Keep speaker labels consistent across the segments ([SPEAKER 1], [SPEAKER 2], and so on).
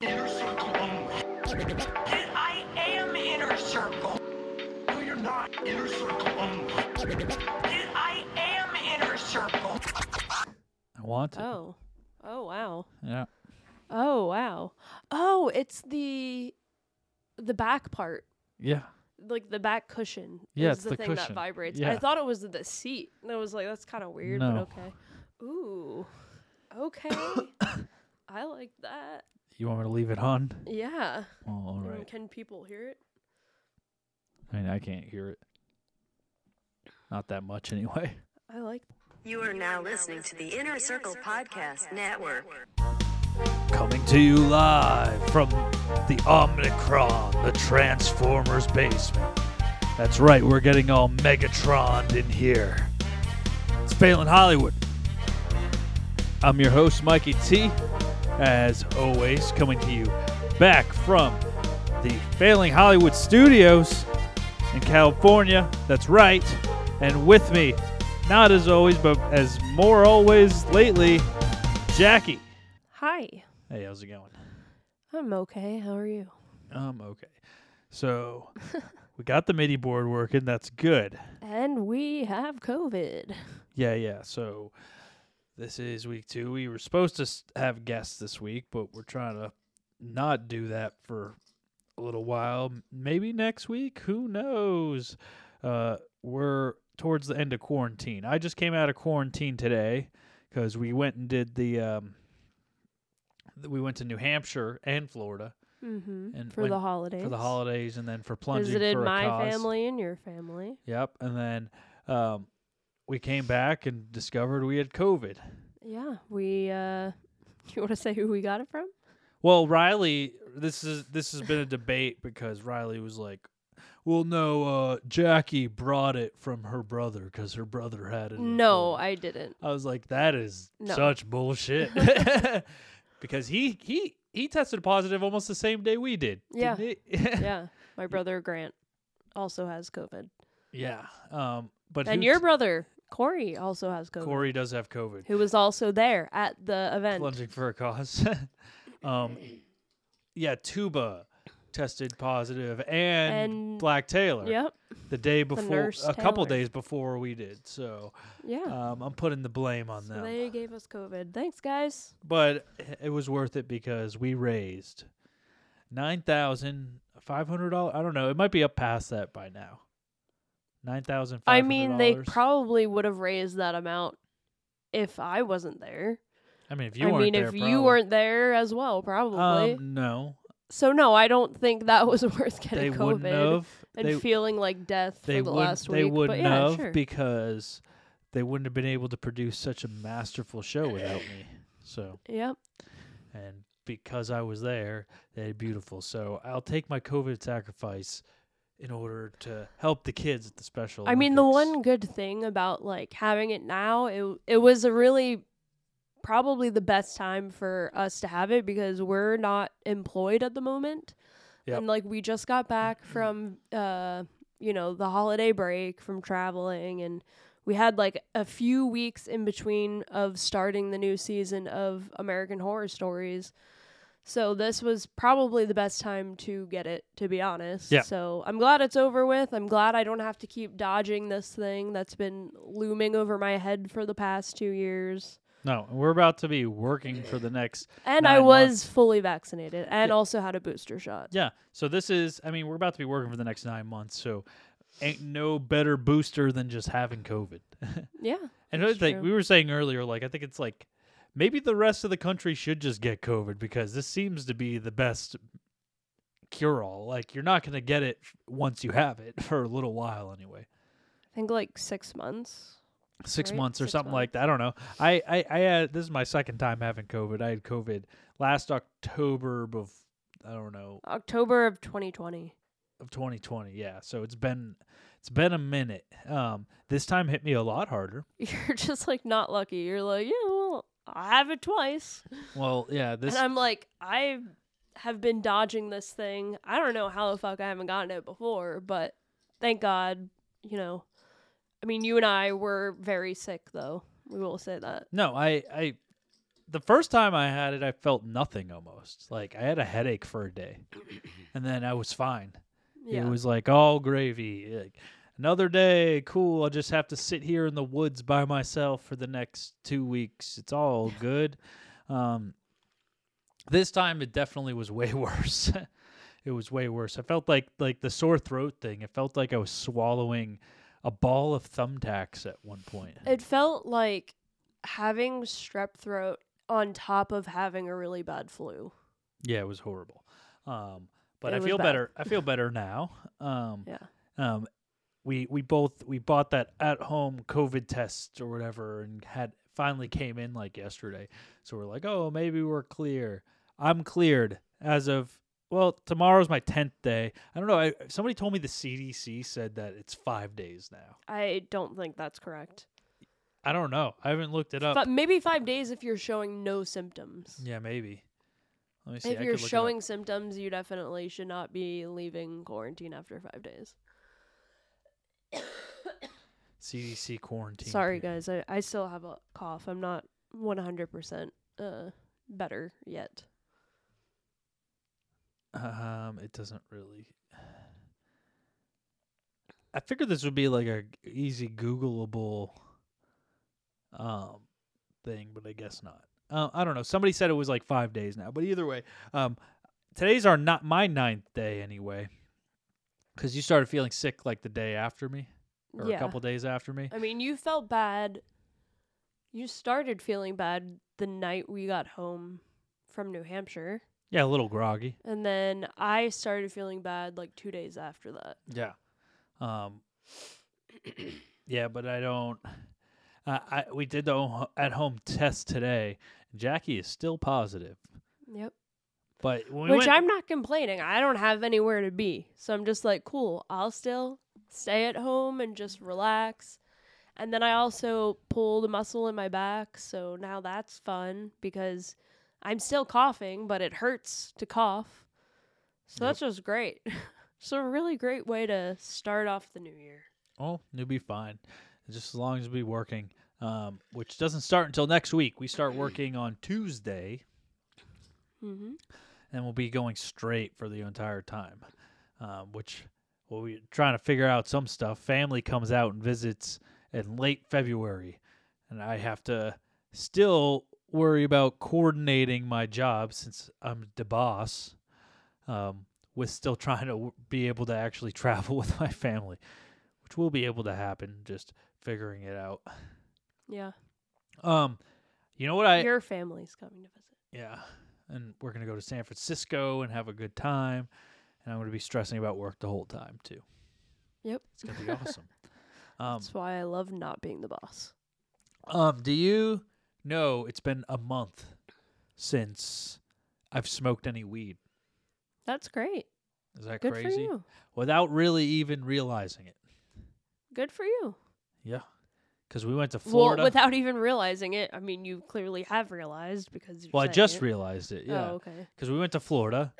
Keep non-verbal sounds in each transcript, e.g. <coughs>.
[SPEAKER 1] inner circle only. And I am inner circle. No, you're not inner circle only. And I am inner circle.
[SPEAKER 2] I want to.
[SPEAKER 3] Oh. Oh wow.
[SPEAKER 2] Yeah.
[SPEAKER 3] Oh wow. Oh, it's the the back part.
[SPEAKER 2] Yeah.
[SPEAKER 3] Like the back cushion
[SPEAKER 2] Yeah,
[SPEAKER 3] is
[SPEAKER 2] it's
[SPEAKER 3] the,
[SPEAKER 2] the
[SPEAKER 3] thing that
[SPEAKER 2] cushion.
[SPEAKER 3] vibrates. I
[SPEAKER 2] Yeah.
[SPEAKER 3] thought it was the seat. And I was like, that's kinda weird,
[SPEAKER 2] No.
[SPEAKER 3] but okay. Ooh. Okay.
[SPEAKER 2] <coughs>
[SPEAKER 3] I like that.
[SPEAKER 2] You want me to leave it on?
[SPEAKER 3] Yeah.
[SPEAKER 2] Well, all
[SPEAKER 3] And
[SPEAKER 2] right.
[SPEAKER 3] Can people hear it?
[SPEAKER 2] I mean, I can't hear it. Not that much anyway.
[SPEAKER 3] I like
[SPEAKER 4] You are now listening to the Inner Circle Podcast Network.
[SPEAKER 2] Coming to you live from the Omnicron, the Transformers basement. That's right, we're getting all Megatroned in here. It's Phelan Hollywood. I'm your host, Mikey T. As always, coming to you back from the Failing Hollywood Studios in California. That's right. And with me, not as always, but as more always lately, Jackie.
[SPEAKER 3] Hi.
[SPEAKER 2] Hey, how's it going?
[SPEAKER 3] I'm okay. How are you?
[SPEAKER 2] Um, okay. So we got the MIDI board working. That's good.
[SPEAKER 3] And we have COVID.
[SPEAKER 2] Yeah, yeah. So this is week two. We were supposed to s- have guests this week, but we're trying to not do that for a little while. M- Maybe next week. Who knows? Uh, we're towards the end of quarantine. I just came out of quarantine today because we went and did the. Um, th- we went to New Hampshire and Florida
[SPEAKER 3] Mm-hmm.
[SPEAKER 2] And
[SPEAKER 3] for
[SPEAKER 2] when-
[SPEAKER 3] the holidays.
[SPEAKER 2] for the holidays, and then for plunging
[SPEAKER 3] Visited
[SPEAKER 2] for a
[SPEAKER 3] my
[SPEAKER 2] cause.
[SPEAKER 3] family and your family.
[SPEAKER 2] Yep. And then um, we came back and discovered we had COVID.
[SPEAKER 3] Yeah, we. uh <laughs> You want to say who we got it from?
[SPEAKER 2] Well, Riley, this is this has been a debate because Riley was like, "Well, no, uh, Jackie brought it from her brother because her brother had it." in
[SPEAKER 3] No,
[SPEAKER 2] Florida."
[SPEAKER 3] I didn't.
[SPEAKER 2] I was like, "That is
[SPEAKER 3] No.
[SPEAKER 2] such
[SPEAKER 3] <laughs>
[SPEAKER 2] bullshit," <laughs> because he he he tested positive almost the same day we did.
[SPEAKER 3] Yeah.
[SPEAKER 2] didn't he? <laughs>
[SPEAKER 3] Yeah, my brother Grant also has COVID,
[SPEAKER 2] yeah. Um, but
[SPEAKER 3] and
[SPEAKER 2] who
[SPEAKER 3] your
[SPEAKER 2] t-
[SPEAKER 3] brother Corey also has COVID,
[SPEAKER 2] Corey does have COVID.
[SPEAKER 3] who was also there at the event.
[SPEAKER 2] Plunging for a cause. <laughs> um, yeah, Tuba tested positive and,
[SPEAKER 3] And-
[SPEAKER 2] Black Taylor
[SPEAKER 3] Yep.
[SPEAKER 2] the day before,
[SPEAKER 3] nurse
[SPEAKER 2] a couple
[SPEAKER 3] Taylor.
[SPEAKER 2] days before we did. So
[SPEAKER 3] Yeah.
[SPEAKER 2] um, I'm putting the blame on
[SPEAKER 3] so
[SPEAKER 2] them.
[SPEAKER 3] they gave us COVID. Thanks, guys.
[SPEAKER 2] but it was worth it because we raised nine thousand five hundred dollars. I don't know. It might be up past that by now. Nine thousand five
[SPEAKER 3] I
[SPEAKER 2] hundred.
[SPEAKER 3] mean, they probably would have raised that amount if I wasn't there.
[SPEAKER 2] I mean, if you
[SPEAKER 3] I
[SPEAKER 2] weren't
[SPEAKER 3] mean,
[SPEAKER 2] there,
[SPEAKER 3] if
[SPEAKER 2] probably.
[SPEAKER 3] you weren't there as well, probably.
[SPEAKER 2] um,
[SPEAKER 3] <laughs>
[SPEAKER 2] no,
[SPEAKER 3] so no, I don't think that was <laughs> worth
[SPEAKER 2] they
[SPEAKER 3] getting
[SPEAKER 2] wouldn't
[SPEAKER 3] COVID
[SPEAKER 2] have.
[SPEAKER 3] and
[SPEAKER 2] They-
[SPEAKER 3] feeling like death
[SPEAKER 2] they
[SPEAKER 3] for the
[SPEAKER 2] wouldn't
[SPEAKER 3] last
[SPEAKER 2] they
[SPEAKER 3] week.
[SPEAKER 2] wouldn't
[SPEAKER 3] but yeah,
[SPEAKER 2] have
[SPEAKER 3] sure.
[SPEAKER 2] because they wouldn't have been able to produce such a masterful show without me. So
[SPEAKER 3] yep.
[SPEAKER 2] and because I was there, they had beautiful. So I'll take my COVID sacrifice in order to help the kids at the special.
[SPEAKER 3] I mean, the
[SPEAKER 2] Olympics.
[SPEAKER 3] one good thing about like having it now, it it was a really probably the best time for us to have it because we're not employed at the moment.
[SPEAKER 2] Yep.
[SPEAKER 3] And like we just
[SPEAKER 2] <clears throat>
[SPEAKER 3] got back from uh you know, the holiday break from traveling and we had like a few weeks in between of starting the new season of American Horror Stories. So this was probably the best time to get it, to be honest.
[SPEAKER 2] Yeah.
[SPEAKER 3] So I'm glad it's over with. I'm glad I don't have to keep dodging this thing that's been looming over my head for the past two years.
[SPEAKER 2] No, we're about to be working for the next.
[SPEAKER 3] And I
[SPEAKER 2] Nine
[SPEAKER 3] was
[SPEAKER 2] months.
[SPEAKER 3] fully vaccinated and also had a booster shot.
[SPEAKER 2] Yeah. So this is. I mean, we're about to be working for the next nine months. So ain't no better booster than just having COVID. <laughs>
[SPEAKER 3] Yeah.
[SPEAKER 2] And another
[SPEAKER 3] That's
[SPEAKER 2] thing
[SPEAKER 3] true.
[SPEAKER 2] we were saying earlier, like I think it's like maybe the rest of the country should just get COVID because this seems to be the best cure all. Like you're not gonna get it once you have it <laughs> for a little while anyway.
[SPEAKER 3] I think like six months.
[SPEAKER 2] Six
[SPEAKER 3] Right?
[SPEAKER 2] months or
[SPEAKER 3] Six
[SPEAKER 2] something like that. I don't know. I, I I had this is my second time having COVID. I had COVID last October of I don't know
[SPEAKER 3] October of 2020.
[SPEAKER 2] of 2020. Yeah, so it's been it's been a minute. Um, this time hit me a lot harder.
[SPEAKER 3] <laughs> You're just like not lucky. You're like, yeah, well, I have it twice.
[SPEAKER 2] Well, yeah, this
[SPEAKER 3] and I'm like, I have been dodging this thing. I don't know how the fuck I haven't gotten it before, but thank God, you know. I mean, you and I were very sick though. We will say that.
[SPEAKER 2] No, I I the first time I had it, I felt nothing almost. Like I had a headache for a day, and then I was fine.
[SPEAKER 3] Yeah.
[SPEAKER 2] It was like all gravy. Like, another day, cool. I'll just have to sit here in the woods by myself for the next two weeks. It's all good. Um, this time it definitely was way <laughs> worse. it was way worse. I felt like like the sore throat thing. It felt like I was swallowing a ball of thumbtacks at one point.
[SPEAKER 3] It felt like having strep throat on top of having a really bad flu.
[SPEAKER 2] Yeah, it was horrible. Um, but
[SPEAKER 3] It
[SPEAKER 2] I
[SPEAKER 3] was
[SPEAKER 2] feel
[SPEAKER 3] bad.
[SPEAKER 2] better. I feel better
[SPEAKER 3] <laughs>
[SPEAKER 2] now. Um,
[SPEAKER 3] Yeah.
[SPEAKER 2] um, we we both we bought that at home COVID test or whatever, and had finally came in like yesterday. So we're like, oh, maybe we're clear. I'm cleared as of well, tomorrow's my tenth day. I don't know. I, somebody told me the CDC said that it's five days now.
[SPEAKER 3] I don't think that's correct.
[SPEAKER 2] I don't know. I haven't looked it up.
[SPEAKER 3] But maybe five days if you're showing no symptoms.
[SPEAKER 2] Oh. yeah, maybe. Let me see.
[SPEAKER 3] if
[SPEAKER 2] I
[SPEAKER 3] you're
[SPEAKER 2] could look it up.
[SPEAKER 3] showing symptoms, you definitely should not be leaving quarantine after five days.
[SPEAKER 2] CDC quarantine.
[SPEAKER 3] Sorry,
[SPEAKER 2] period.
[SPEAKER 3] guys. I, I still have a cough. I'm not 100% uh, better yet.
[SPEAKER 2] Um, it doesn't really. <sighs> I figured this would be like a g- easy Googleable, um, thing, but I guess not. Um, I don't know. Somebody said it was like five days now, but either way, um, today's our not my ninth day anyway, because you started feeling sick like the day after me or
[SPEAKER 3] yeah.
[SPEAKER 2] a couple days after me.
[SPEAKER 3] I mean, you felt bad. You started feeling bad the night we got home from New Hampshire.
[SPEAKER 2] Yeah, a little groggy.
[SPEAKER 3] And then I started feeling bad like two days after that.
[SPEAKER 2] Yeah. Um <clears throat> Yeah, but I don't I I we did the at home test today. Jackie is still positive.
[SPEAKER 3] Yep.
[SPEAKER 2] But when we
[SPEAKER 3] Which
[SPEAKER 2] went-
[SPEAKER 3] I'm not complaining. I don't have anywhere to be. So I'm just like, cool, I'll still stay at home and just relax. And then I also pulled a muscle in my back. So now that's fun because I'm still coughing, but it hurts to cough. So that's just great. <laughs> It's a really great way to start off the new year.
[SPEAKER 2] Oh, you'll be fine. Just as long as we working. Um, which doesn't start until next week. We start working on Tuesday
[SPEAKER 3] Mm-hmm.
[SPEAKER 2] and we'll be going straight for the entire time. Um, which well we're trying to figure out some stuff. Family comes out and visits in late February and I have to still worry about coordinating my job since I'm the boss. Um, with still trying to w- be able to actually <laughs> travel with my family, which will be able to happen. Just figuring it out.
[SPEAKER 3] Yeah.
[SPEAKER 2] Um, you know what I
[SPEAKER 3] Your family's coming to visit.
[SPEAKER 2] yeah. And we're going to go to San Francisco and have a good time. And I'm going to be stressing about work the whole time, too.
[SPEAKER 3] Yep.
[SPEAKER 2] It's going to
[SPEAKER 3] <laughs>
[SPEAKER 2] be awesome. Um,
[SPEAKER 3] That's why I love not being the boss.
[SPEAKER 2] um, do you know it's been a month since I've smoked any weed?
[SPEAKER 3] That's great.
[SPEAKER 2] Is that
[SPEAKER 3] Good for
[SPEAKER 2] crazy?
[SPEAKER 3] you.
[SPEAKER 2] Without really even realizing it.
[SPEAKER 3] Good for you.
[SPEAKER 2] Yeah. Because we went to Florida.
[SPEAKER 3] Well, without even realizing it. I mean, you clearly have realized because you're
[SPEAKER 2] Well, I
[SPEAKER 3] saying
[SPEAKER 2] just
[SPEAKER 3] it.
[SPEAKER 2] realized it. Yeah.
[SPEAKER 3] Oh, okay.
[SPEAKER 2] because we went to Florida,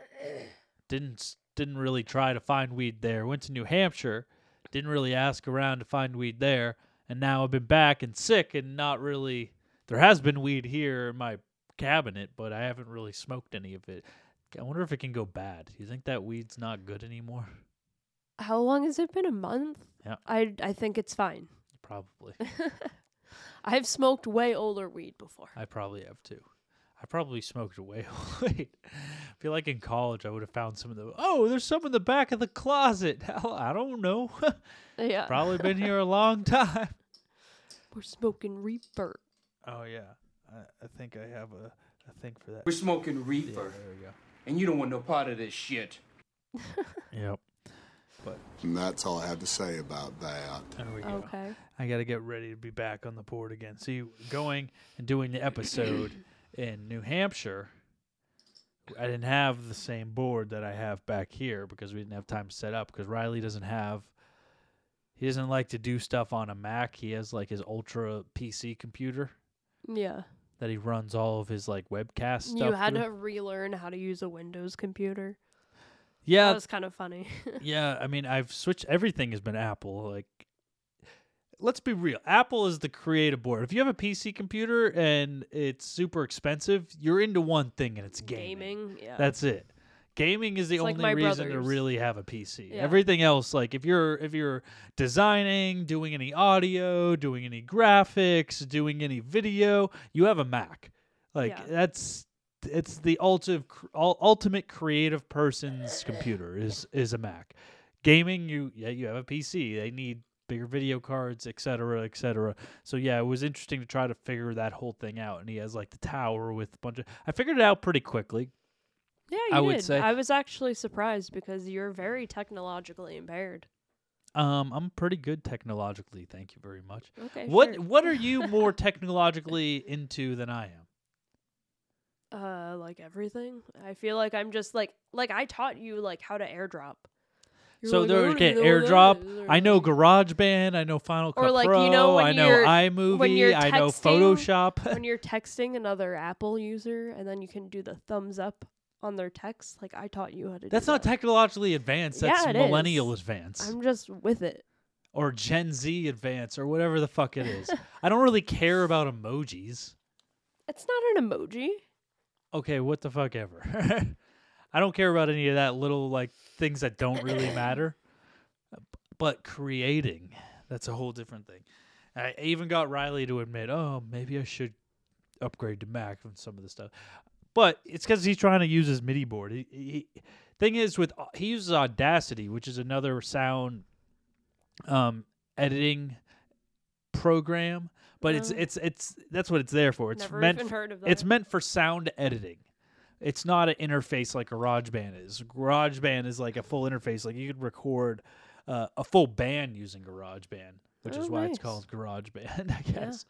[SPEAKER 2] didn't s- didn't really try to find weed there. Went to New Hampshire, didn't really ask around to find weed there, and now I've been back and sick and not really. There has been weed here in my cabinet, but I haven't really smoked any of it. I wonder if it can go bad. Do you think that weed's not good anymore?
[SPEAKER 3] How long has it been? A month?
[SPEAKER 2] Yeah.
[SPEAKER 3] I I think it's fine.
[SPEAKER 2] Probably.
[SPEAKER 3] I've smoked way older weed before.
[SPEAKER 2] I probably have too. I probably smoked way <laughs> late. I feel like in college I would have found some of the. Oh, there's some in the back of the closet. <laughs> I don't know. <laughs>
[SPEAKER 3] yeah.
[SPEAKER 2] Probably been here a long time.
[SPEAKER 3] We're smoking reefer.
[SPEAKER 2] <laughs> Oh yeah, I, I think I have a, a thing for that.
[SPEAKER 5] We're smoking reefer, and you don't want no part of this shit.
[SPEAKER 2] we go. Yep.
[SPEAKER 1] And that's all I have to say about that.
[SPEAKER 2] There we go.
[SPEAKER 3] Okay.
[SPEAKER 2] I gotta get ready to be back on the board again. See, going and doing the
[SPEAKER 3] <coughs>
[SPEAKER 2] episode in New Hampshire, I didn't have the same board that I have back here because we didn't have time to set up. Because Riley doesn't have, he doesn't like to do stuff on a Mac. He has like his ultra PC computer
[SPEAKER 3] Yeah.
[SPEAKER 2] that he runs all of his like webcast stuff.
[SPEAKER 3] You had
[SPEAKER 2] through.
[SPEAKER 3] to relearn how to use a Windows computer.
[SPEAKER 2] yeah,
[SPEAKER 3] That was kind of funny. <laughs>
[SPEAKER 2] yeah i mean i've switched everything has been apple like let's be real. Apple is the creative board. If you have a PC computer and it's super expensive, you're into one thing and it's gaming.
[SPEAKER 3] Gaming, yeah.
[SPEAKER 2] That's it. Gaming is the
[SPEAKER 3] It's like
[SPEAKER 2] only
[SPEAKER 3] my
[SPEAKER 2] reason to
[SPEAKER 3] brother's.
[SPEAKER 2] really have a PC.
[SPEAKER 3] Yeah.
[SPEAKER 2] Everything else, like if you're if you're designing, doing any audio, doing any graphics, doing any video, you have a Mac. Like
[SPEAKER 3] Yeah.
[SPEAKER 2] that's it's the ultimate ultimate creative person's computer is is a Mac. Gaming, you yeah, you have a PC. They need bigger video cards, et cetera, et cetera. So yeah, it was interesting to try to figure that whole thing out. And he has like the tower with a bunch of. I figured it out pretty quickly.
[SPEAKER 3] Yeah,
[SPEAKER 2] I
[SPEAKER 3] you
[SPEAKER 2] would
[SPEAKER 3] did.
[SPEAKER 2] say-
[SPEAKER 3] I was actually surprised because you're very technologically impaired.
[SPEAKER 2] Um, I'm pretty good technologically. Thank you very much.
[SPEAKER 3] Okay.
[SPEAKER 2] what
[SPEAKER 3] sure.
[SPEAKER 2] What are
[SPEAKER 3] <laughs>
[SPEAKER 2] you more technologically into than I am?
[SPEAKER 3] Uh, like everything. I feel like I'm just like like I taught you like how to airdrop. You were
[SPEAKER 2] so
[SPEAKER 3] like,
[SPEAKER 2] there,
[SPEAKER 3] "Oh,
[SPEAKER 2] okay,
[SPEAKER 3] you know what that
[SPEAKER 2] airdrop.
[SPEAKER 3] is,"
[SPEAKER 2] I know GarageBand. I know Final Cut
[SPEAKER 3] Or, like, you
[SPEAKER 2] Pro.
[SPEAKER 3] know when
[SPEAKER 2] I know
[SPEAKER 3] you're-
[SPEAKER 2] iMovie.
[SPEAKER 3] when you're
[SPEAKER 2] I know
[SPEAKER 3] texting,
[SPEAKER 2] Photoshop.
[SPEAKER 3] <laughs> when you're texting another Apple user and then you can do the thumbs up on their text. Like I taught you how to. do
[SPEAKER 2] <laughs> That's not
[SPEAKER 3] that.
[SPEAKER 2] technologically advanced.
[SPEAKER 3] Yeah,
[SPEAKER 2] That's
[SPEAKER 3] it
[SPEAKER 2] millennial
[SPEAKER 3] is.
[SPEAKER 2] advanced.
[SPEAKER 3] I'm just with it.
[SPEAKER 2] or Gen Z advance or whatever the fuck it
[SPEAKER 3] <laughs>
[SPEAKER 2] is. I don't really care about emojis.
[SPEAKER 3] It's not an emoji.
[SPEAKER 2] Okay, what the fuck ever. <laughs> I don't care about any of that little like things that don't really matter. But creating, that's a whole different thing. And I even got Riley to admit, "Oh, maybe I should upgrade to Mac from some of the stuff." But it's cuz he's trying to use his MIDI board. He, he thing is with he uses Audacity, which is another sound um editing program, but it's
[SPEAKER 3] Oh.
[SPEAKER 2] it's it's that's what it's there for. It's
[SPEAKER 3] Never
[SPEAKER 2] meant
[SPEAKER 3] even
[SPEAKER 2] for,
[SPEAKER 3] heard of
[SPEAKER 2] It's
[SPEAKER 3] that.
[SPEAKER 2] meant for sound editing. It's not an interface like GarageBand is. GarageBand is like a full interface. Like you could record uh, a full band using GarageBand, which
[SPEAKER 3] Oh,
[SPEAKER 2] is why it's
[SPEAKER 3] nice.
[SPEAKER 2] called GarageBand, <laughs> I guess.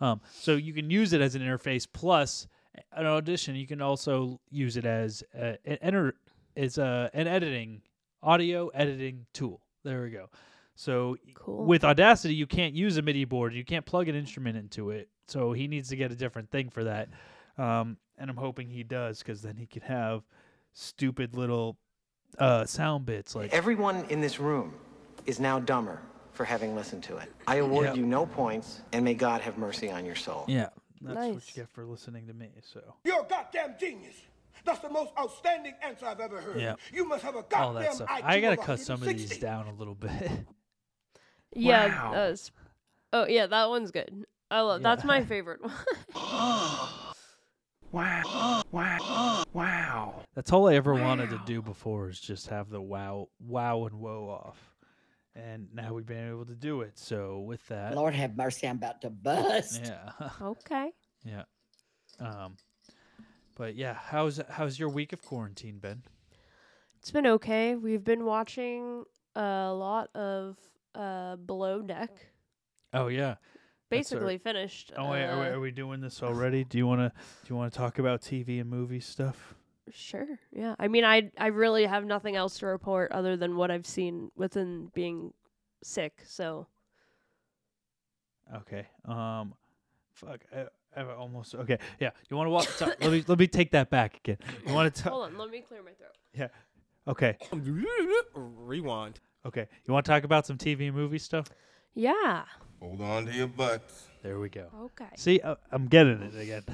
[SPEAKER 2] Um, so you can use it as an interface plus an audition. You can also use it as a, an enter is a an editing audio editing tool. There we go. So
[SPEAKER 3] Cool.
[SPEAKER 2] with Audacity, you can't use a MIDI board. You can't plug an instrument into it. So he needs to get a different thing for that. Um, and I'm hoping he does because then he could have stupid little uh, sound bits like
[SPEAKER 6] Everyone in this room is now dumber for having listened to it. I award
[SPEAKER 2] Yeah.
[SPEAKER 6] you no points, and may God have mercy on your soul.
[SPEAKER 2] yeah. That's what
[SPEAKER 3] Nice.
[SPEAKER 2] you get for listening to me. So
[SPEAKER 1] You're a goddamn genius. That's the most outstanding answer I've ever heard.
[SPEAKER 2] Yeah.
[SPEAKER 1] You must have a
[SPEAKER 2] all
[SPEAKER 1] goddamn
[SPEAKER 2] that stuff.
[SPEAKER 1] IQ
[SPEAKER 2] I gotta
[SPEAKER 1] of
[SPEAKER 2] cut some of these
[SPEAKER 1] 160.
[SPEAKER 2] down a little bit. <laughs>
[SPEAKER 3] Yeah. uh, s- oh yeah, that one's good. I love.
[SPEAKER 2] <laughs>
[SPEAKER 3] That's my favorite one. <laughs>
[SPEAKER 2] That's all I ever wanted to do before is just have the wow, wow and whoa off, and now we've been able to do it. So with that,
[SPEAKER 7] Lord have mercy, I'm about to bust.
[SPEAKER 2] yeah. <laughs>
[SPEAKER 3] okay.
[SPEAKER 2] Yeah. Um but yeah, how's how's your week of quarantine been?
[SPEAKER 3] It's been okay. We've been watching a lot of uh Below Deck.
[SPEAKER 2] Oh yeah. That's our-
[SPEAKER 3] Basically finished.
[SPEAKER 2] Oh wait, are we,
[SPEAKER 3] uh,
[SPEAKER 2] are we doing
[SPEAKER 3] <laughs>
[SPEAKER 2] this already? Do you want to do you want to talk about TV and movie stuff?
[SPEAKER 3] Sure. Yeah. I mean, I I really have nothing else to report other than what I've seen within being sick. So
[SPEAKER 2] Okay. Um fuck I, I almost okay. Yeah. You want to walk so, let me let me take that back again. You want to talk
[SPEAKER 3] hold on, let me clear my throat.
[SPEAKER 2] Yeah. Okay.
[SPEAKER 5] Rewind.
[SPEAKER 2] Okay. You want to talk about some TV and movie stuff?
[SPEAKER 3] Yeah.
[SPEAKER 5] Hold on to your butts.
[SPEAKER 2] There we go.
[SPEAKER 3] Okay.
[SPEAKER 2] See, I, I'm getting it again.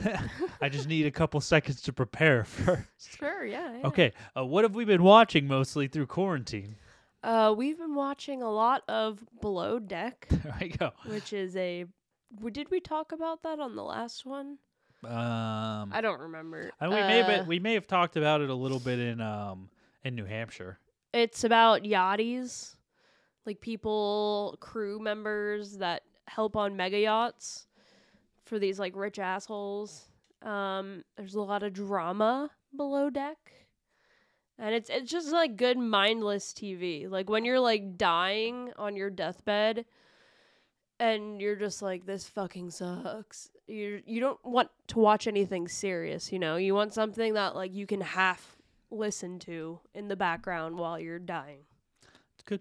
[SPEAKER 2] <laughs> I just need a couple seconds to prepare for
[SPEAKER 3] Sure. Yeah. yeah.
[SPEAKER 2] Okay, uh, what have we been watching mostly through quarantine? <laughs>
[SPEAKER 3] Uh, we've been watching a lot of
[SPEAKER 2] <laughs>
[SPEAKER 3] Below Deck,
[SPEAKER 2] There I go.
[SPEAKER 3] which is a. w- Did we talk about that on the last one?
[SPEAKER 2] Um,
[SPEAKER 3] I don't remember.
[SPEAKER 2] and we may
[SPEAKER 3] Uh,
[SPEAKER 2] have, we may have talked about it a little bit in um in New Hampshire.
[SPEAKER 3] It's about yachties, like people, crew members that help on mega yachts for these like rich assholes. Um, there's a lot of drama below deck, and it's it's just like good mindless TV. Like when you're like dying on your deathbed, and you're just like this fucking sucks. You you don't want to watch anything serious, you know. You want something that like you can half listen to in the background while you're dying.
[SPEAKER 2] It's good,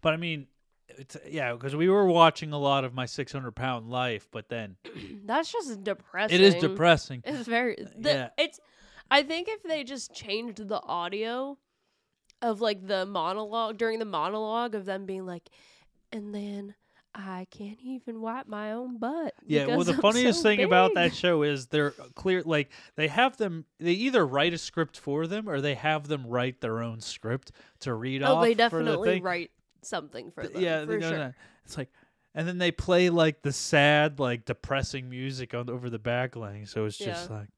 [SPEAKER 2] but I mean, it's yeah because we were watching a lot of My 600 Pound Life, but then
[SPEAKER 3] That's just depressing.
[SPEAKER 2] it is depressing.
[SPEAKER 3] It's very the,
[SPEAKER 2] yeah.
[SPEAKER 3] it's I think if they just changed the audio of like the monologue during the monologue of them being like and then I can't even wipe my own butt.
[SPEAKER 2] Yeah, well,
[SPEAKER 3] because
[SPEAKER 2] the
[SPEAKER 3] I'm
[SPEAKER 2] funniest
[SPEAKER 3] so
[SPEAKER 2] thing about
[SPEAKER 3] big."
[SPEAKER 2] that show is they're clear, like, they have them, they either write a script for them or they have them write their own script to read
[SPEAKER 3] Oh,
[SPEAKER 2] off.
[SPEAKER 3] they
[SPEAKER 2] for the
[SPEAKER 3] definitely
[SPEAKER 2] thing.
[SPEAKER 3] write something for them.
[SPEAKER 2] Yeah,
[SPEAKER 3] for
[SPEAKER 2] you know,
[SPEAKER 3] sure.
[SPEAKER 2] that. it's like, and then they play, like, the sad, like, depressing music on over the backlight. So it's just
[SPEAKER 3] Yeah.
[SPEAKER 2] like,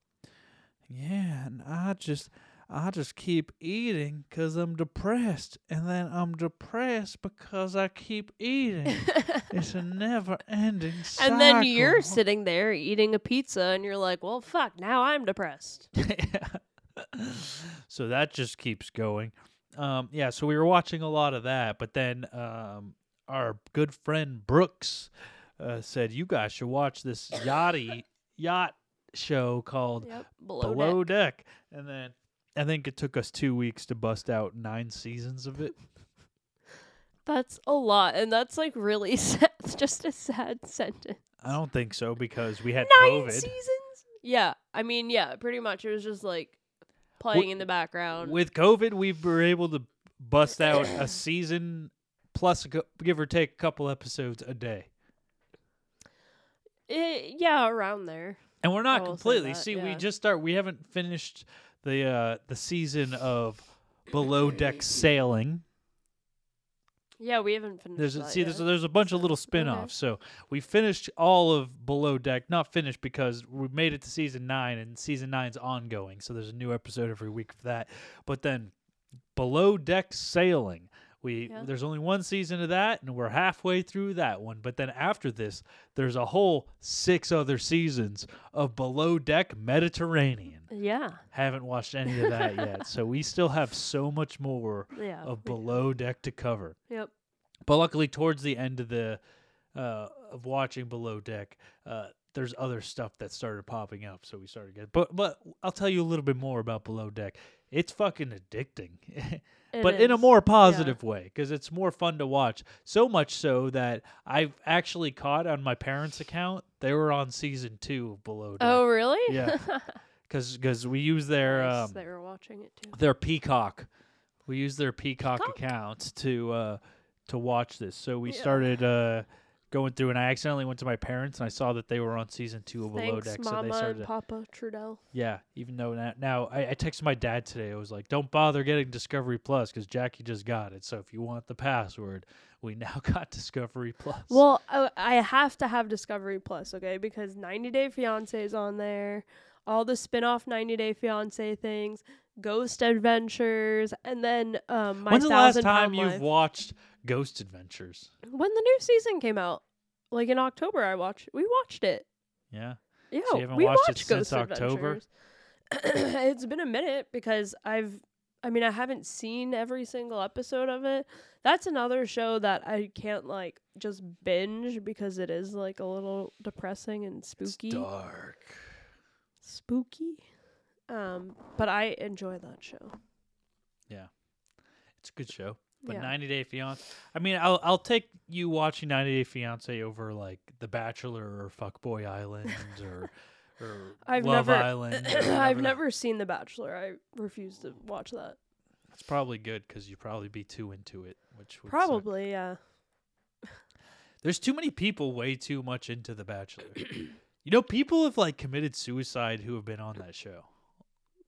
[SPEAKER 2] yeah, and I just. I just keep eating because I'm depressed, and then I'm depressed because I keep
[SPEAKER 3] <laughs>
[SPEAKER 2] eating. it's a never-ending cycle.
[SPEAKER 3] And then you're sitting there eating a pizza, and you're like, "Well, fuck! Now
[SPEAKER 2] <laughs>
[SPEAKER 3] I'm depressed."
[SPEAKER 2] so that just keeps going. Um, yeah, so we were watching a lot of that, but then um, our good friend Brooks uh, said, "You guys should watch this yachty yacht show called
[SPEAKER 3] Yep, below,
[SPEAKER 2] Below, Deck. and then I think it took us two weeks to bust out nine seasons of it.
[SPEAKER 3] That's a lot, and that's like really <laughs> sad. It's just a sad sentence.
[SPEAKER 2] I don't think so because we had
[SPEAKER 3] Nine
[SPEAKER 2] COVID.
[SPEAKER 3] seasons? Yeah, I mean, yeah, pretty much. It was just like playing in the background.
[SPEAKER 2] With COVID, we were able to bust out a season plus, a cou- give or take, a couple episodes a day.
[SPEAKER 3] Eh, yeah, around there.
[SPEAKER 2] And we're not
[SPEAKER 3] I will say
[SPEAKER 2] completely.
[SPEAKER 3] that,
[SPEAKER 2] See, we
[SPEAKER 3] yeah.
[SPEAKER 2] just start. We haven't finished the uh the season of below deck sailing.
[SPEAKER 3] Yeah, we haven't finished.
[SPEAKER 2] There's a,
[SPEAKER 3] that
[SPEAKER 2] see, there's
[SPEAKER 3] yet.
[SPEAKER 2] there's a bunch
[SPEAKER 3] <laughs>
[SPEAKER 2] of little
[SPEAKER 3] okay.
[SPEAKER 2] spin-offs. So we finished all of below deck. Not finished because we made it to season nine, and season nine's ongoing. So there's a new episode every week for that. But then below deck sailing. We
[SPEAKER 3] Yeah.
[SPEAKER 2] there's only one season of that, and we're halfway through that one. But then after this, there's a whole six other seasons of below deck
[SPEAKER 3] <laughs>
[SPEAKER 2] Mediterranean.
[SPEAKER 3] yeah,
[SPEAKER 2] Haven't watched any of that yet. so we still have so much more
[SPEAKER 3] Yeah,
[SPEAKER 2] of
[SPEAKER 3] we do.
[SPEAKER 2] Below Deck to cover.
[SPEAKER 3] yep.
[SPEAKER 2] But luckily, towards the end of the uh, of watching Below Deck, uh, there's other stuff that started popping up. So we started getting. But but I'll tell you a little bit more about Below Deck. It's fucking addicting, <laughs> but in a
[SPEAKER 3] is,
[SPEAKER 2] more positive way, 'cause way because it's more fun to watch. So much so that I've actually caught on my parents' account. They were on season two of Below Deck.
[SPEAKER 3] Oh, really? <laughs>
[SPEAKER 2] Yeah. because we use their
[SPEAKER 3] Nice,
[SPEAKER 2] um,
[SPEAKER 3] they were watching it too.
[SPEAKER 2] their Peacock. We use their Peacock, accounts to uh, to watch this. So we
[SPEAKER 3] Oh. Yeah.
[SPEAKER 2] started uh, going through, and I accidentally went to my parents, and I saw that they were on season two of Below
[SPEAKER 3] Thanks,
[SPEAKER 2] Deck. so they
[SPEAKER 3] Mama
[SPEAKER 2] started.
[SPEAKER 3] and Papa Trudell.
[SPEAKER 2] yeah, even though now, now I, I texted my dad today. I was like, "Don't bother getting Discovery Plus because Jackie just got it. So if you want the password, we now <laughs> got Discovery Plus."
[SPEAKER 3] Well, I, I have to have Discovery Plus, okay? Because 90 Day Fiance is on there, all the spin off 90 Day Fiance things, Ghost Adventures, and then um, my
[SPEAKER 2] when's the last
[SPEAKER 3] Thousand
[SPEAKER 2] time
[SPEAKER 3] Pound
[SPEAKER 2] you've
[SPEAKER 3] Life.
[SPEAKER 2] watched Ghost Adventures?
[SPEAKER 3] when the new season came out, like in October, I watched. We watched it.
[SPEAKER 2] Yeah.
[SPEAKER 3] Yeah,
[SPEAKER 2] So you haven't
[SPEAKER 3] we
[SPEAKER 2] watched it
[SPEAKER 3] watched
[SPEAKER 2] since
[SPEAKER 3] Ghost
[SPEAKER 2] October?
[SPEAKER 3] Adventures. <clears throat> it's been a minute because I've. I mean, I haven't seen every single episode of it. That's another show that I can't like just binge because it is like a little depressing and spooky.
[SPEAKER 2] Dark.
[SPEAKER 3] Spooky. Um, but I enjoy that show.
[SPEAKER 2] Yeah, it's a good show. But
[SPEAKER 3] Yeah.
[SPEAKER 2] 90 Day Fiance. I mean, I'll I'll take you watching 90 Day Fiance over like The Bachelor or Fuckboy
[SPEAKER 3] <laughs>
[SPEAKER 2] Island or or
[SPEAKER 3] I've
[SPEAKER 2] Love
[SPEAKER 3] never
[SPEAKER 2] Island.
[SPEAKER 3] <clears throat>
[SPEAKER 2] or
[SPEAKER 3] I've
[SPEAKER 2] whatever.
[SPEAKER 3] never seen The Bachelor. I refuse to watch that.
[SPEAKER 2] It's probably good because you'd probably be too into it, which would suck.
[SPEAKER 3] Probably, yeah.
[SPEAKER 2] There's too many people way too much into The
[SPEAKER 3] <clears throat>
[SPEAKER 2] Bachelor. you know, people have like committed suicide who have been on that show.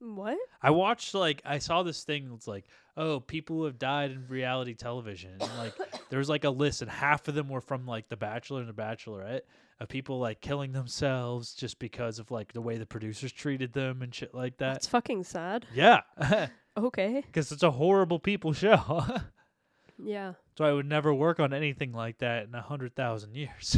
[SPEAKER 3] What?
[SPEAKER 2] I watched like I saw this thing that's like, oh, people who have died in reality television. And,
[SPEAKER 3] <coughs>
[SPEAKER 2] like there was like a list and half of them were from like The Bachelor and The Bachelorette of people like killing themselves just because of like the way the producers treated them and shit like that.
[SPEAKER 3] That's fucking sad.
[SPEAKER 2] yeah. <laughs>
[SPEAKER 3] Okay.
[SPEAKER 2] Cuz it's a horrible people show. <laughs>
[SPEAKER 3] Yeah.
[SPEAKER 2] so I would never work on anything like that in a 100,000 years.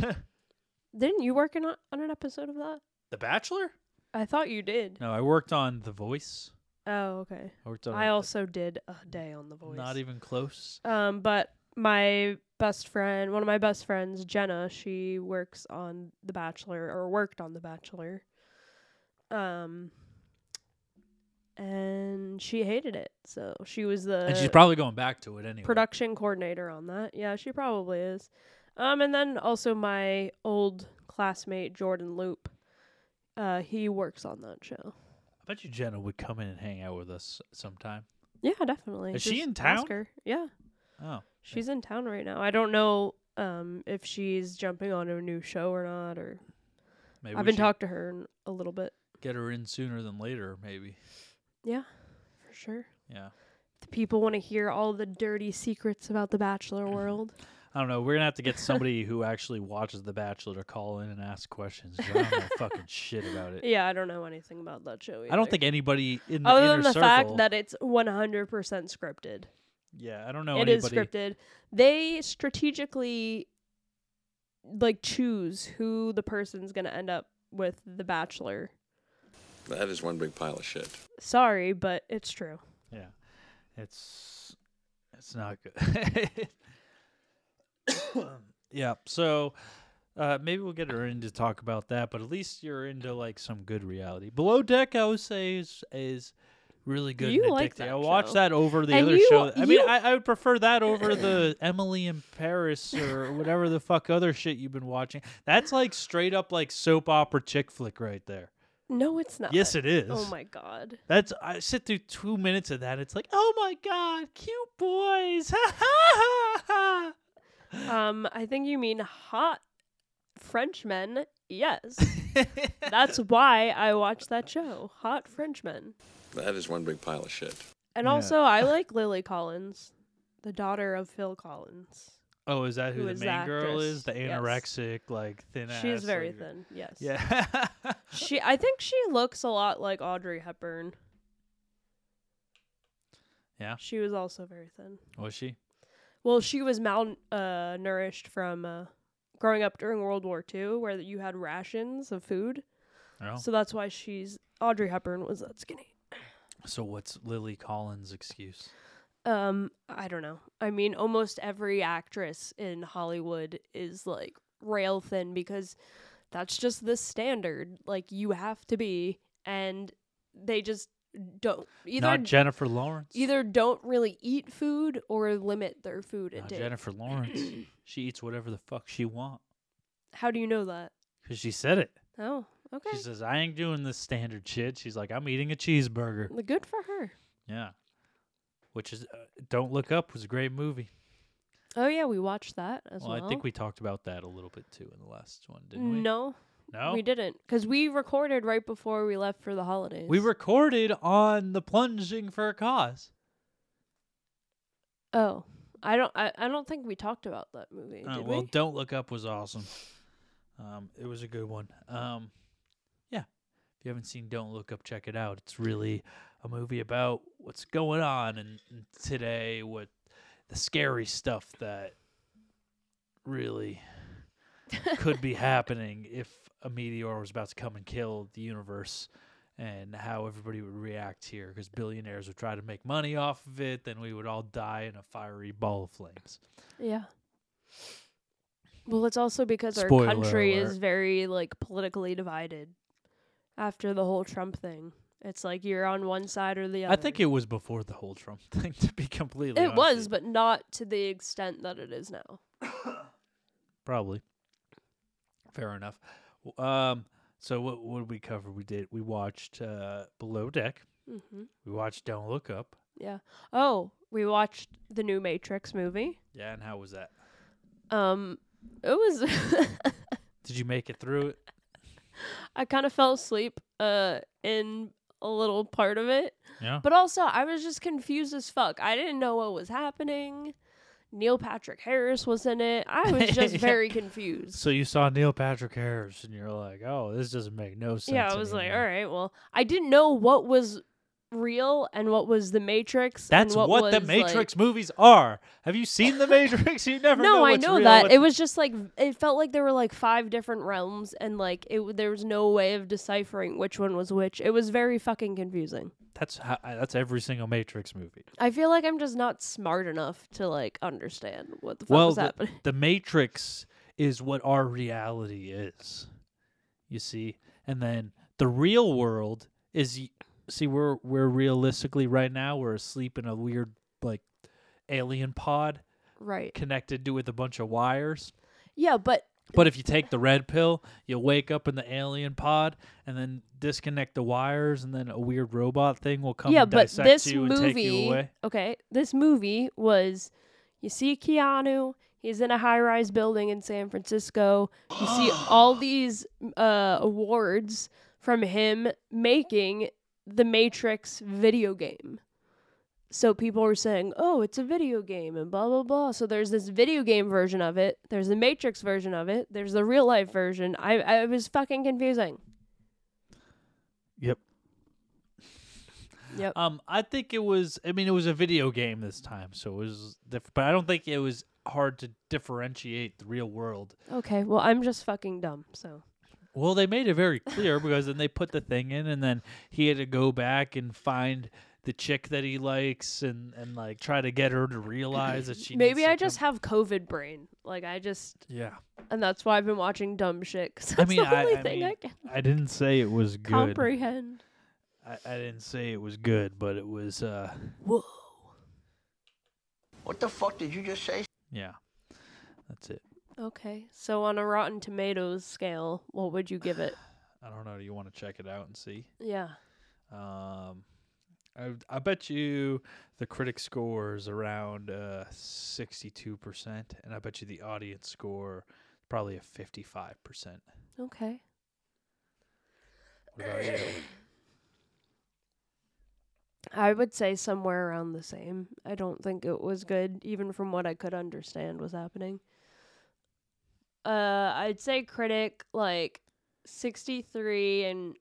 [SPEAKER 2] <laughs>
[SPEAKER 3] Didn't you work in a, on an episode of that?
[SPEAKER 2] the Bachelor?
[SPEAKER 3] I thought you did.
[SPEAKER 2] No, I worked on The Voice.
[SPEAKER 3] Oh, okay.
[SPEAKER 2] I worked on
[SPEAKER 3] I also did a day on The Voice.
[SPEAKER 2] not even close.
[SPEAKER 3] Um, but my best friend, one of my best friends, Jenna, she works on The Bachelor or worked on The Bachelor. Um, and she hated it. So she was the
[SPEAKER 2] and she's probably going back to it anyway.
[SPEAKER 3] production coordinator on that. Yeah, she probably is. Um, and then also my old classmate Jordan Loop. Uh, he works on that
[SPEAKER 2] I
[SPEAKER 3] show.
[SPEAKER 2] bet you Jenna would come in and hang out with us sometime.
[SPEAKER 3] Yeah, definitely.
[SPEAKER 2] Is she in
[SPEAKER 3] ask
[SPEAKER 2] town?
[SPEAKER 3] her. Yeah,
[SPEAKER 2] Oh,
[SPEAKER 3] she's in town right now. I don't know um, if she's jumping on a new show or not. Or
[SPEAKER 2] Maybe
[SPEAKER 3] I've
[SPEAKER 2] we
[SPEAKER 3] been
[SPEAKER 2] should
[SPEAKER 3] talking to her in a little bit.
[SPEAKER 2] Get her in sooner than later, maybe.
[SPEAKER 3] Yeah, for sure.
[SPEAKER 2] Yeah.
[SPEAKER 3] The people want to hear all the dirty secrets about
[SPEAKER 2] <laughs>
[SPEAKER 3] the Bachelor world.
[SPEAKER 2] I don't know. We're gonna have to get
[SPEAKER 3] <laughs>
[SPEAKER 2] somebody who actually watches The Bachelor to call in and ask questions. 'cause I don't
[SPEAKER 3] <laughs>
[SPEAKER 2] know fucking shit about it.
[SPEAKER 3] Yeah, I don't know anything about that show. Either.
[SPEAKER 2] I don't think anybody in the
[SPEAKER 3] Other
[SPEAKER 2] inner
[SPEAKER 3] than the
[SPEAKER 2] circle.
[SPEAKER 3] fact that it's 100% scripted,
[SPEAKER 2] yeah, I don't know
[SPEAKER 3] it is
[SPEAKER 2] anybody.
[SPEAKER 3] scripted. They strategically like choose who the person's gonna end up with the Bachelor.
[SPEAKER 8] That is one big pile of shit.
[SPEAKER 3] Sorry, but it's true.
[SPEAKER 2] Yeah, it's it's not good. <coughs> yeah, so uh, maybe we'll get her in to talk about that. But at least you're into like some good reality. Below Deck, I would say is is really good.
[SPEAKER 3] You
[SPEAKER 2] and
[SPEAKER 3] like
[SPEAKER 2] addicting.
[SPEAKER 3] that
[SPEAKER 2] I watched
[SPEAKER 3] show.
[SPEAKER 2] that over the
[SPEAKER 3] And
[SPEAKER 2] other
[SPEAKER 3] you-
[SPEAKER 2] show. I mean,
[SPEAKER 3] you-
[SPEAKER 2] I, I would prefer that over
[SPEAKER 3] <coughs>
[SPEAKER 2] the Emily in Paris or whatever the fuck other shit you've been watching. That's like straight up like soap opera chick flick right there.
[SPEAKER 3] No, it's not.
[SPEAKER 2] Yes, it is.
[SPEAKER 3] Oh my god.
[SPEAKER 2] That's I sit through two minutes of that. It's like, oh my god, cute boys. <laughs>
[SPEAKER 3] Um, I think you mean hot Frenchmen.
[SPEAKER 2] <laughs>
[SPEAKER 3] Yes, that's why I watch that show, Hot Frenchmen.
[SPEAKER 8] That is one big pile of shit.
[SPEAKER 3] And
[SPEAKER 2] Yeah.
[SPEAKER 3] also, I like Lily Collins, the daughter of Phil Collins.
[SPEAKER 2] oh, is that who,
[SPEAKER 3] Who
[SPEAKER 2] the
[SPEAKER 3] is
[SPEAKER 2] main
[SPEAKER 3] the
[SPEAKER 2] girl
[SPEAKER 3] actress?
[SPEAKER 2] is? The
[SPEAKER 3] Yes.
[SPEAKER 2] anorexic, like thin ass.
[SPEAKER 3] She's very
[SPEAKER 2] like-
[SPEAKER 3] thin. Yes.
[SPEAKER 2] Yeah. <laughs>
[SPEAKER 3] She. I think she looks a lot like Audrey Hepburn.
[SPEAKER 2] Yeah.
[SPEAKER 3] She was also very thin.
[SPEAKER 2] Was she?
[SPEAKER 3] Well, she was malnourished uh, nourished from uh, growing up during World War II, where you had rations of food.
[SPEAKER 2] No. So,
[SPEAKER 3] So that's why she's Audrey Hepburn was that skinny.
[SPEAKER 2] what's Lily Collins' excuse?
[SPEAKER 3] Um, I don't know. I mean, almost every actress in Hollywood is like rail thin because that's just the standard. Like you have to be, and they just don't either.
[SPEAKER 2] Not Jennifer Lawrence.
[SPEAKER 3] either don't really eat food or limit their food
[SPEAKER 2] Not
[SPEAKER 3] intake.
[SPEAKER 2] Jennifer Lawrence.
[SPEAKER 3] <clears throat>
[SPEAKER 2] she eats whatever the fuck she want
[SPEAKER 3] How do you know that?
[SPEAKER 2] because she said it.
[SPEAKER 3] Oh, okay.
[SPEAKER 2] She says, "I ain't doing this standard shit." She's like, "I'm eating a cheeseburger."
[SPEAKER 3] Well, Good for her.
[SPEAKER 2] Yeah. Which is uh, Don't Look Up was a great movie.
[SPEAKER 3] Oh yeah, we watched that as
[SPEAKER 2] Well,
[SPEAKER 3] well.
[SPEAKER 2] I think we talked about that a little bit too in the last one, didn't we?
[SPEAKER 3] no,
[SPEAKER 2] no,
[SPEAKER 3] we didn't because we recorded right before we left for the holidays.
[SPEAKER 2] We recorded on the plunging for a cause.
[SPEAKER 3] Oh, I don't. I, I don't think we talked about that movie.
[SPEAKER 2] Oh,
[SPEAKER 3] did
[SPEAKER 2] well,
[SPEAKER 3] we?
[SPEAKER 2] Don't Look Up was awesome. Um, it was a good one. Um, yeah, if you haven't seen Don't Look Up, check it out. It's really a movie about what's going on and today, what the scary stuff that
[SPEAKER 3] <laughs>
[SPEAKER 2] really could be happening if a meteor was about to come and kill the universe and how everybody would react here because billionaires would try to make money off of it then we would all die in a fiery ball of flames
[SPEAKER 3] Yeah. Well, it's also because
[SPEAKER 2] Spoiler
[SPEAKER 3] our country
[SPEAKER 2] alert.
[SPEAKER 3] is very like politically divided after the whole Trump thing. It's like you're on one side or the other.
[SPEAKER 2] I think it was before the whole Trump <laughs> thing, to be completely
[SPEAKER 3] it
[SPEAKER 2] honest with
[SPEAKER 3] was,
[SPEAKER 2] you.
[SPEAKER 3] but not to the extent that it is now.
[SPEAKER 2] probably fair enough. W- Um, so what what did we cover? We did we watched uh, Below Deck.
[SPEAKER 3] hmm
[SPEAKER 2] We watched Don't Look Up.
[SPEAKER 3] Yeah. Oh, we watched the new Matrix movie.
[SPEAKER 2] Yeah, and how was that?
[SPEAKER 3] Um, it was. <laughs>
[SPEAKER 2] Did you make it through it?
[SPEAKER 3] I kind of fell asleep. Uh, in a little part of it.
[SPEAKER 2] Yeah.
[SPEAKER 3] But also, I was just confused as fuck. I didn't know what was happening. Neil Patrick Harris was in it.
[SPEAKER 2] <laughs>
[SPEAKER 3] I was just
[SPEAKER 2] Yeah.
[SPEAKER 3] very confused.
[SPEAKER 2] So you saw Neil Patrick Harris, and you're like, "Oh, this doesn't make no sense."
[SPEAKER 3] yeah, I was like,
[SPEAKER 2] anymore."
[SPEAKER 3] all right, well, I didn't know what was real and what was the Matrix. and
[SPEAKER 2] That's what, the
[SPEAKER 3] was,
[SPEAKER 2] Matrix movies are. Have you seen
[SPEAKER 3] <laughs>
[SPEAKER 2] the Matrix? You never
[SPEAKER 3] Like, no,
[SPEAKER 2] know
[SPEAKER 3] I
[SPEAKER 2] what's
[SPEAKER 3] know
[SPEAKER 2] real,
[SPEAKER 3] that.
[SPEAKER 2] what's-
[SPEAKER 3] It was just like it felt like there were like five different realms, and like it w- there was no way of deciphering which one was which. It was very fucking confusing.
[SPEAKER 2] that's how, that's every single Matrix movie.
[SPEAKER 3] I feel like I'm just not smart enough to like understand what the fuck
[SPEAKER 2] well
[SPEAKER 3] was
[SPEAKER 2] the,
[SPEAKER 3] <laughs> happening.
[SPEAKER 2] the matrix is what our reality is you see and then the real world is y- see we're we're realistically right now we're asleep in a weird like alien pod
[SPEAKER 3] Right.
[SPEAKER 2] connected to with a bunch of wires
[SPEAKER 3] Yeah, but
[SPEAKER 2] but if you take the red pill you'll wake up in the alien pod and then disconnect the wires and then a weird robot thing will come
[SPEAKER 3] yeah,
[SPEAKER 2] and
[SPEAKER 3] but
[SPEAKER 2] dissect
[SPEAKER 3] this
[SPEAKER 2] you and
[SPEAKER 3] movie,
[SPEAKER 2] take you away
[SPEAKER 3] okay, this movie was you see Keanu, He's in a high rise building in San Francisco. You see all these uh, awards from him making the Matrix video game. So people were saying, oh, it's a video game and blah, blah, blah. So there's this video game version of it. There's the Matrix version of it. There's the real life version. I, I it was fucking confusing.
[SPEAKER 2] Yep.
[SPEAKER 3] Yep.
[SPEAKER 2] Um, I think it was. I mean, it was a video game this time, so it was. Diff- but I don't think it was hard to differentiate the real world.
[SPEAKER 3] Okay. Well, I'm just fucking dumb. So.
[SPEAKER 2] Well, they made it very clear because then they put the thing in, and then he had to go back and find the chick that he likes, and and like try to get her to realize that she.
[SPEAKER 3] Maybe
[SPEAKER 2] needs to
[SPEAKER 3] I just have COVID brain. Like I just,
[SPEAKER 2] come- Yeah.
[SPEAKER 3] and that's why I've been watching dumb shit. 'cause <laughs>
[SPEAKER 2] I
[SPEAKER 3] that's
[SPEAKER 2] mean,
[SPEAKER 3] the only
[SPEAKER 2] I, I,
[SPEAKER 3] thing
[SPEAKER 2] mean,
[SPEAKER 3] I can
[SPEAKER 2] I didn't say it was good.
[SPEAKER 3] comprehend.
[SPEAKER 2] I, I didn't say it was good, but it was. uh
[SPEAKER 3] Whoa.
[SPEAKER 1] What the fuck did you just say?
[SPEAKER 2] Yeah. That's it.
[SPEAKER 3] Okay. So on a Rotten Tomatoes scale, what would you give it?
[SPEAKER 2] I don't know. Do you want to check it out and see?
[SPEAKER 3] Yeah.
[SPEAKER 2] Um, I I bet you the critic score is around sixty two percent, and I bet you the audience score is probably a fifty five percent.
[SPEAKER 3] Okay.
[SPEAKER 2] What about you?
[SPEAKER 3] I would say somewhere around the same. I don't think it was good, even from what I could understand was happening. Uh, I'd say critic like sixty three and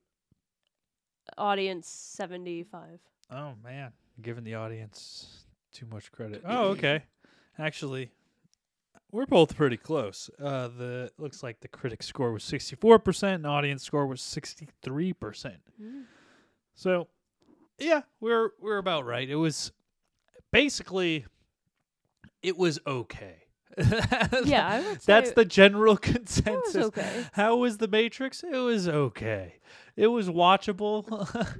[SPEAKER 3] audience seventy five.
[SPEAKER 2] Oh man, giving the audience too much credit. Oh okay, actually, we're both pretty close. Uh, the looks like the critic score was sixty four percent, and audience score was sixty three percent.
[SPEAKER 3] Mm.
[SPEAKER 2] So, yeah, we're we're about right. It was basically it was okay. <laughs>
[SPEAKER 3] Yeah, I would
[SPEAKER 2] that's
[SPEAKER 3] say-
[SPEAKER 2] the general <laughs> consensus.
[SPEAKER 3] okay.
[SPEAKER 2] How was the Matrix? It was okay. It was watchable.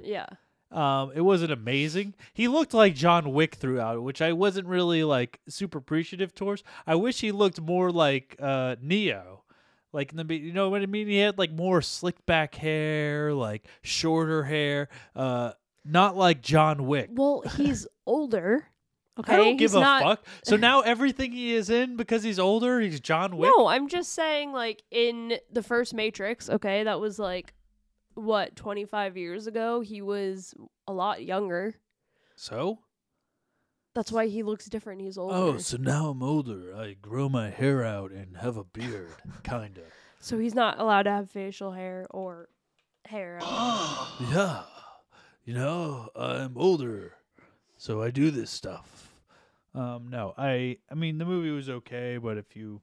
[SPEAKER 2] <laughs>
[SPEAKER 3] Yeah.
[SPEAKER 2] um, it wasn't amazing. He looked like John Wick throughout, which I wasn't really like super appreciative towards. I wish he looked more like uh, Neo. Like in the be- you know what I mean? He had like more slicked back hair, like shorter hair, uh, not like John Wick.
[SPEAKER 3] Well, he's older. Okay.
[SPEAKER 2] I don't give
[SPEAKER 3] he's
[SPEAKER 2] a
[SPEAKER 3] not-
[SPEAKER 2] fuck. So now everything he is in because he's older, he's John Wick.
[SPEAKER 3] No, I'm just saying, like, in the first Matrix, okay, that was like, what, 25 years ago? He was a lot younger.
[SPEAKER 2] So
[SPEAKER 3] That's why he looks different. He's older.
[SPEAKER 2] oh, so now I'm older. I grow my hair out and have a beard, kinda.
[SPEAKER 3] So he's not allowed to have facial hair or hair. out.
[SPEAKER 2] Yeah, you know, I'm older, so I do this stuff. Um, no, I, I mean, the movie was okay, but if you,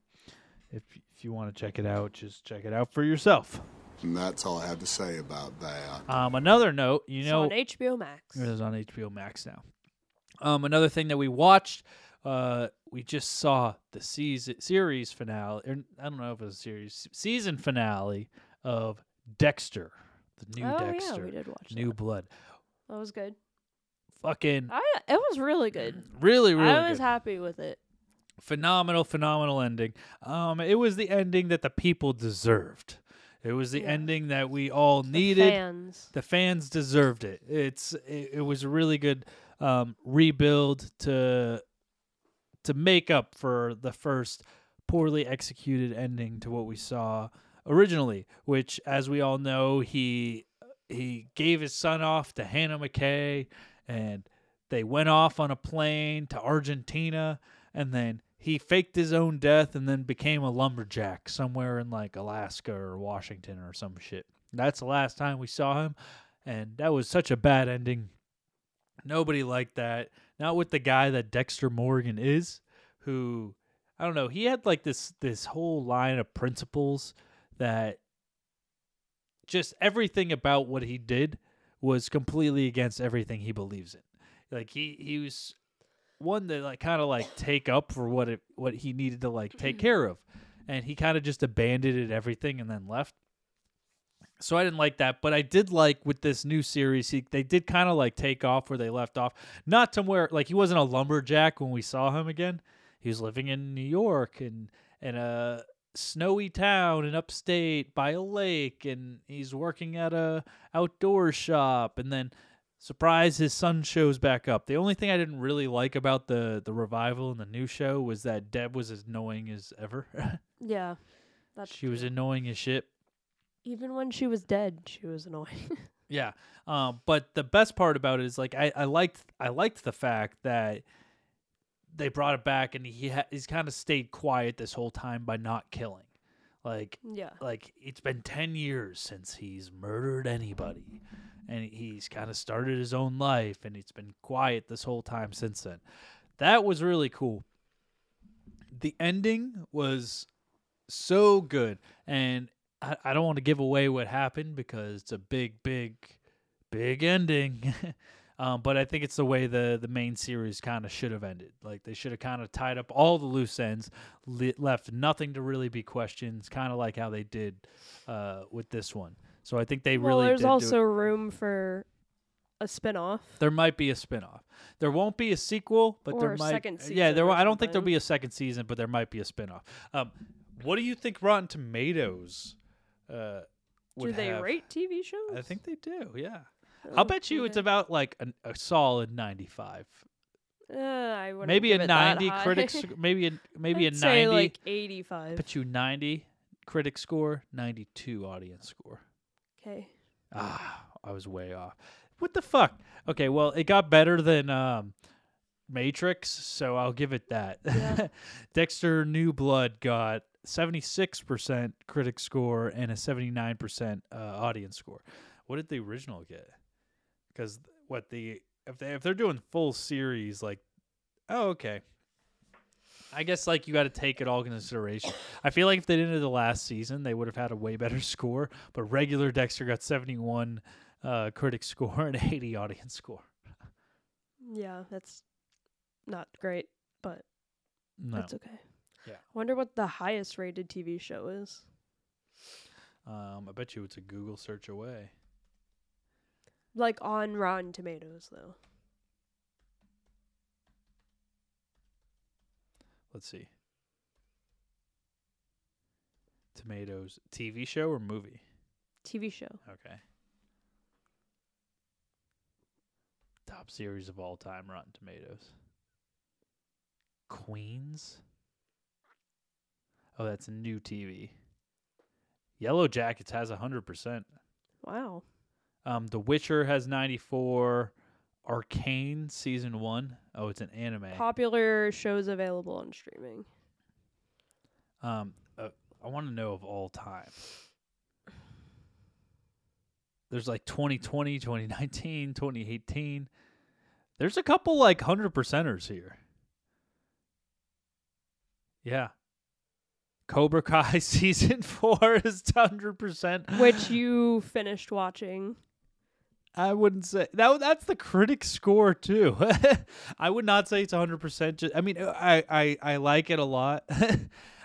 [SPEAKER 2] if if you want to check it out, just check it out for yourself.
[SPEAKER 9] And that's all I have to say about that.
[SPEAKER 2] Um, another note, <gasps> you
[SPEAKER 3] It's
[SPEAKER 2] know,
[SPEAKER 3] on HBO Max.
[SPEAKER 2] It is on HBO Max now. Um, another thing that we watched, uh, we just saw the season series finale. Or I don't know if it was a series season finale of Dexter, the new
[SPEAKER 3] Oh, yeah, we
[SPEAKER 2] Dexter,
[SPEAKER 3] did watch
[SPEAKER 2] New Blood.
[SPEAKER 3] That was good.
[SPEAKER 2] Fucking
[SPEAKER 3] I, it was really good.
[SPEAKER 2] really, really
[SPEAKER 3] I was
[SPEAKER 2] good.
[SPEAKER 3] happy with it.
[SPEAKER 2] phenomenal, phenomenal ending. Um, it was the ending that the people deserved. It was the ending that we all needed.
[SPEAKER 3] Fans.
[SPEAKER 2] the fans deserved it. It's it, it was a really good um, rebuild to to make up for the first poorly executed ending to what we saw originally, which as we all know, he he gave his son off to Hannah McKay and they went off on a plane to Argentina and then he faked his own death and then became a lumberjack somewhere in like Alaska or Washington or some shit. That's the last time we saw him and that was such a bad ending. Nobody liked that. Not with the guy that Dexter Morgan is, who I don't know, he had like this this whole line of principles that just everything about what he did was completely against everything he believes in. Like he he was one to like kind of like take up for what it what he needed to like take care of, and he kind of just abandoned it everything and then left. So I didn't like that, but I did like with this new series. He, they did kind of like take off where they left off, not to where like he wasn't a lumberjack when we saw him again. He was living in New York and in a snowy town in upstate by a lake, and he's working at a outdoor shop, and then Surprise, his son shows back up. The only thing I didn't really like about the the revival and the new show was that Deb was as annoying as ever. <laughs>
[SPEAKER 3] Yeah. That's
[SPEAKER 2] she was annoying as shit.
[SPEAKER 3] even when she was dead, she was annoying. <laughs>
[SPEAKER 2] Yeah. Um, but the best part about it is like I, I liked I liked the fact that they brought it back and he ha- he's kind of stayed quiet this whole time by not killing. Like
[SPEAKER 3] Yeah.
[SPEAKER 2] like it's been 10 years since he's murdered anybody and he's kind of started his own life and it's been quiet this whole time since then. That was really cool. The ending was so good. And I, I don't want to give away what happened because it's a big, big, big ending. <laughs> um, but I think it's the way the, the main series kind of should have ended. Like they should have kind of tied up all the loose ends, le- left nothing to really be questions, kind of like how they did uh, with this one. So I think they
[SPEAKER 3] well,
[SPEAKER 2] really
[SPEAKER 3] there's
[SPEAKER 2] did do it.
[SPEAKER 3] also room for a spin-off.
[SPEAKER 2] There might be a spin-off. There won't be a sequel, but
[SPEAKER 3] Or
[SPEAKER 2] there
[SPEAKER 3] a
[SPEAKER 2] might
[SPEAKER 3] second
[SPEAKER 2] Yeah,
[SPEAKER 3] season
[SPEAKER 2] there
[SPEAKER 3] or
[SPEAKER 2] will, I don't think there'll
[SPEAKER 3] something.
[SPEAKER 2] be a second season, but there might be a spin-off. Um what do you think Rotten Tomatoes uh
[SPEAKER 3] Do
[SPEAKER 2] would
[SPEAKER 3] they
[SPEAKER 2] have?
[SPEAKER 3] rate TV shows?
[SPEAKER 2] I think they do. Yeah. I'll
[SPEAKER 3] Oh,
[SPEAKER 2] bet you it's
[SPEAKER 3] okay.
[SPEAKER 2] about like an, a solid 95.
[SPEAKER 3] Uh, I wouldn't
[SPEAKER 2] Maybe a
[SPEAKER 3] give it that
[SPEAKER 2] 90
[SPEAKER 3] high.
[SPEAKER 2] critic
[SPEAKER 3] <laughs>
[SPEAKER 2] sc- maybe a maybe
[SPEAKER 3] I'd
[SPEAKER 2] a 90
[SPEAKER 3] say like 85.
[SPEAKER 2] bet you 90 critic score, 92 audience score.
[SPEAKER 3] Okay.
[SPEAKER 2] Ah, I was way off. What the fuck? Okay, well, it got better than um, Matrix, so I'll give it that.
[SPEAKER 3] Yeah.
[SPEAKER 2] <laughs> Dexter New Blood got 76% critic score and a 79% uh, audience score. What did the original get? Because what the if they if they're doing full series like, oh okay. I guess like you got to take it all into consideration. I feel like if they didn't do the last season, they would have had a way better <laughs> score. But regular Dexter got seventy one uh, critic <laughs> score and eighty audience score.
[SPEAKER 3] Yeah, that's not great, but
[SPEAKER 2] No,
[SPEAKER 3] that's okay.
[SPEAKER 2] Yeah.
[SPEAKER 3] Wonder what the highest rated TV show is.
[SPEAKER 2] um, I bet you it's a Google search away.
[SPEAKER 3] Like on Rotten Tomatoes though.
[SPEAKER 2] Let's see. Tomatoes TV show or movie?
[SPEAKER 3] TV show.
[SPEAKER 2] Okay. Top series of all time, Rotten Tomatoes. Queens. Oh, that's new TV. Yellow Jackets has hundred percent.
[SPEAKER 3] Wow.
[SPEAKER 2] Um, The Witcher has ninety four. Arcane season one. Oh, it's an anime.
[SPEAKER 3] Popular shows available on
[SPEAKER 2] <laughs>
[SPEAKER 3] streaming.
[SPEAKER 2] Um, uh, I want to know of all time. There's like 2020, 2019, 2018. There's a couple like 100 percenters here. Yeah. Cobra Kai <laughs> season four is 100%.
[SPEAKER 3] Which you finished watching.
[SPEAKER 2] I wouldn't say that. That's the critic score too. <laughs> I would not say it's hundred percent. I mean, uh, I, I I like it a lot. <laughs>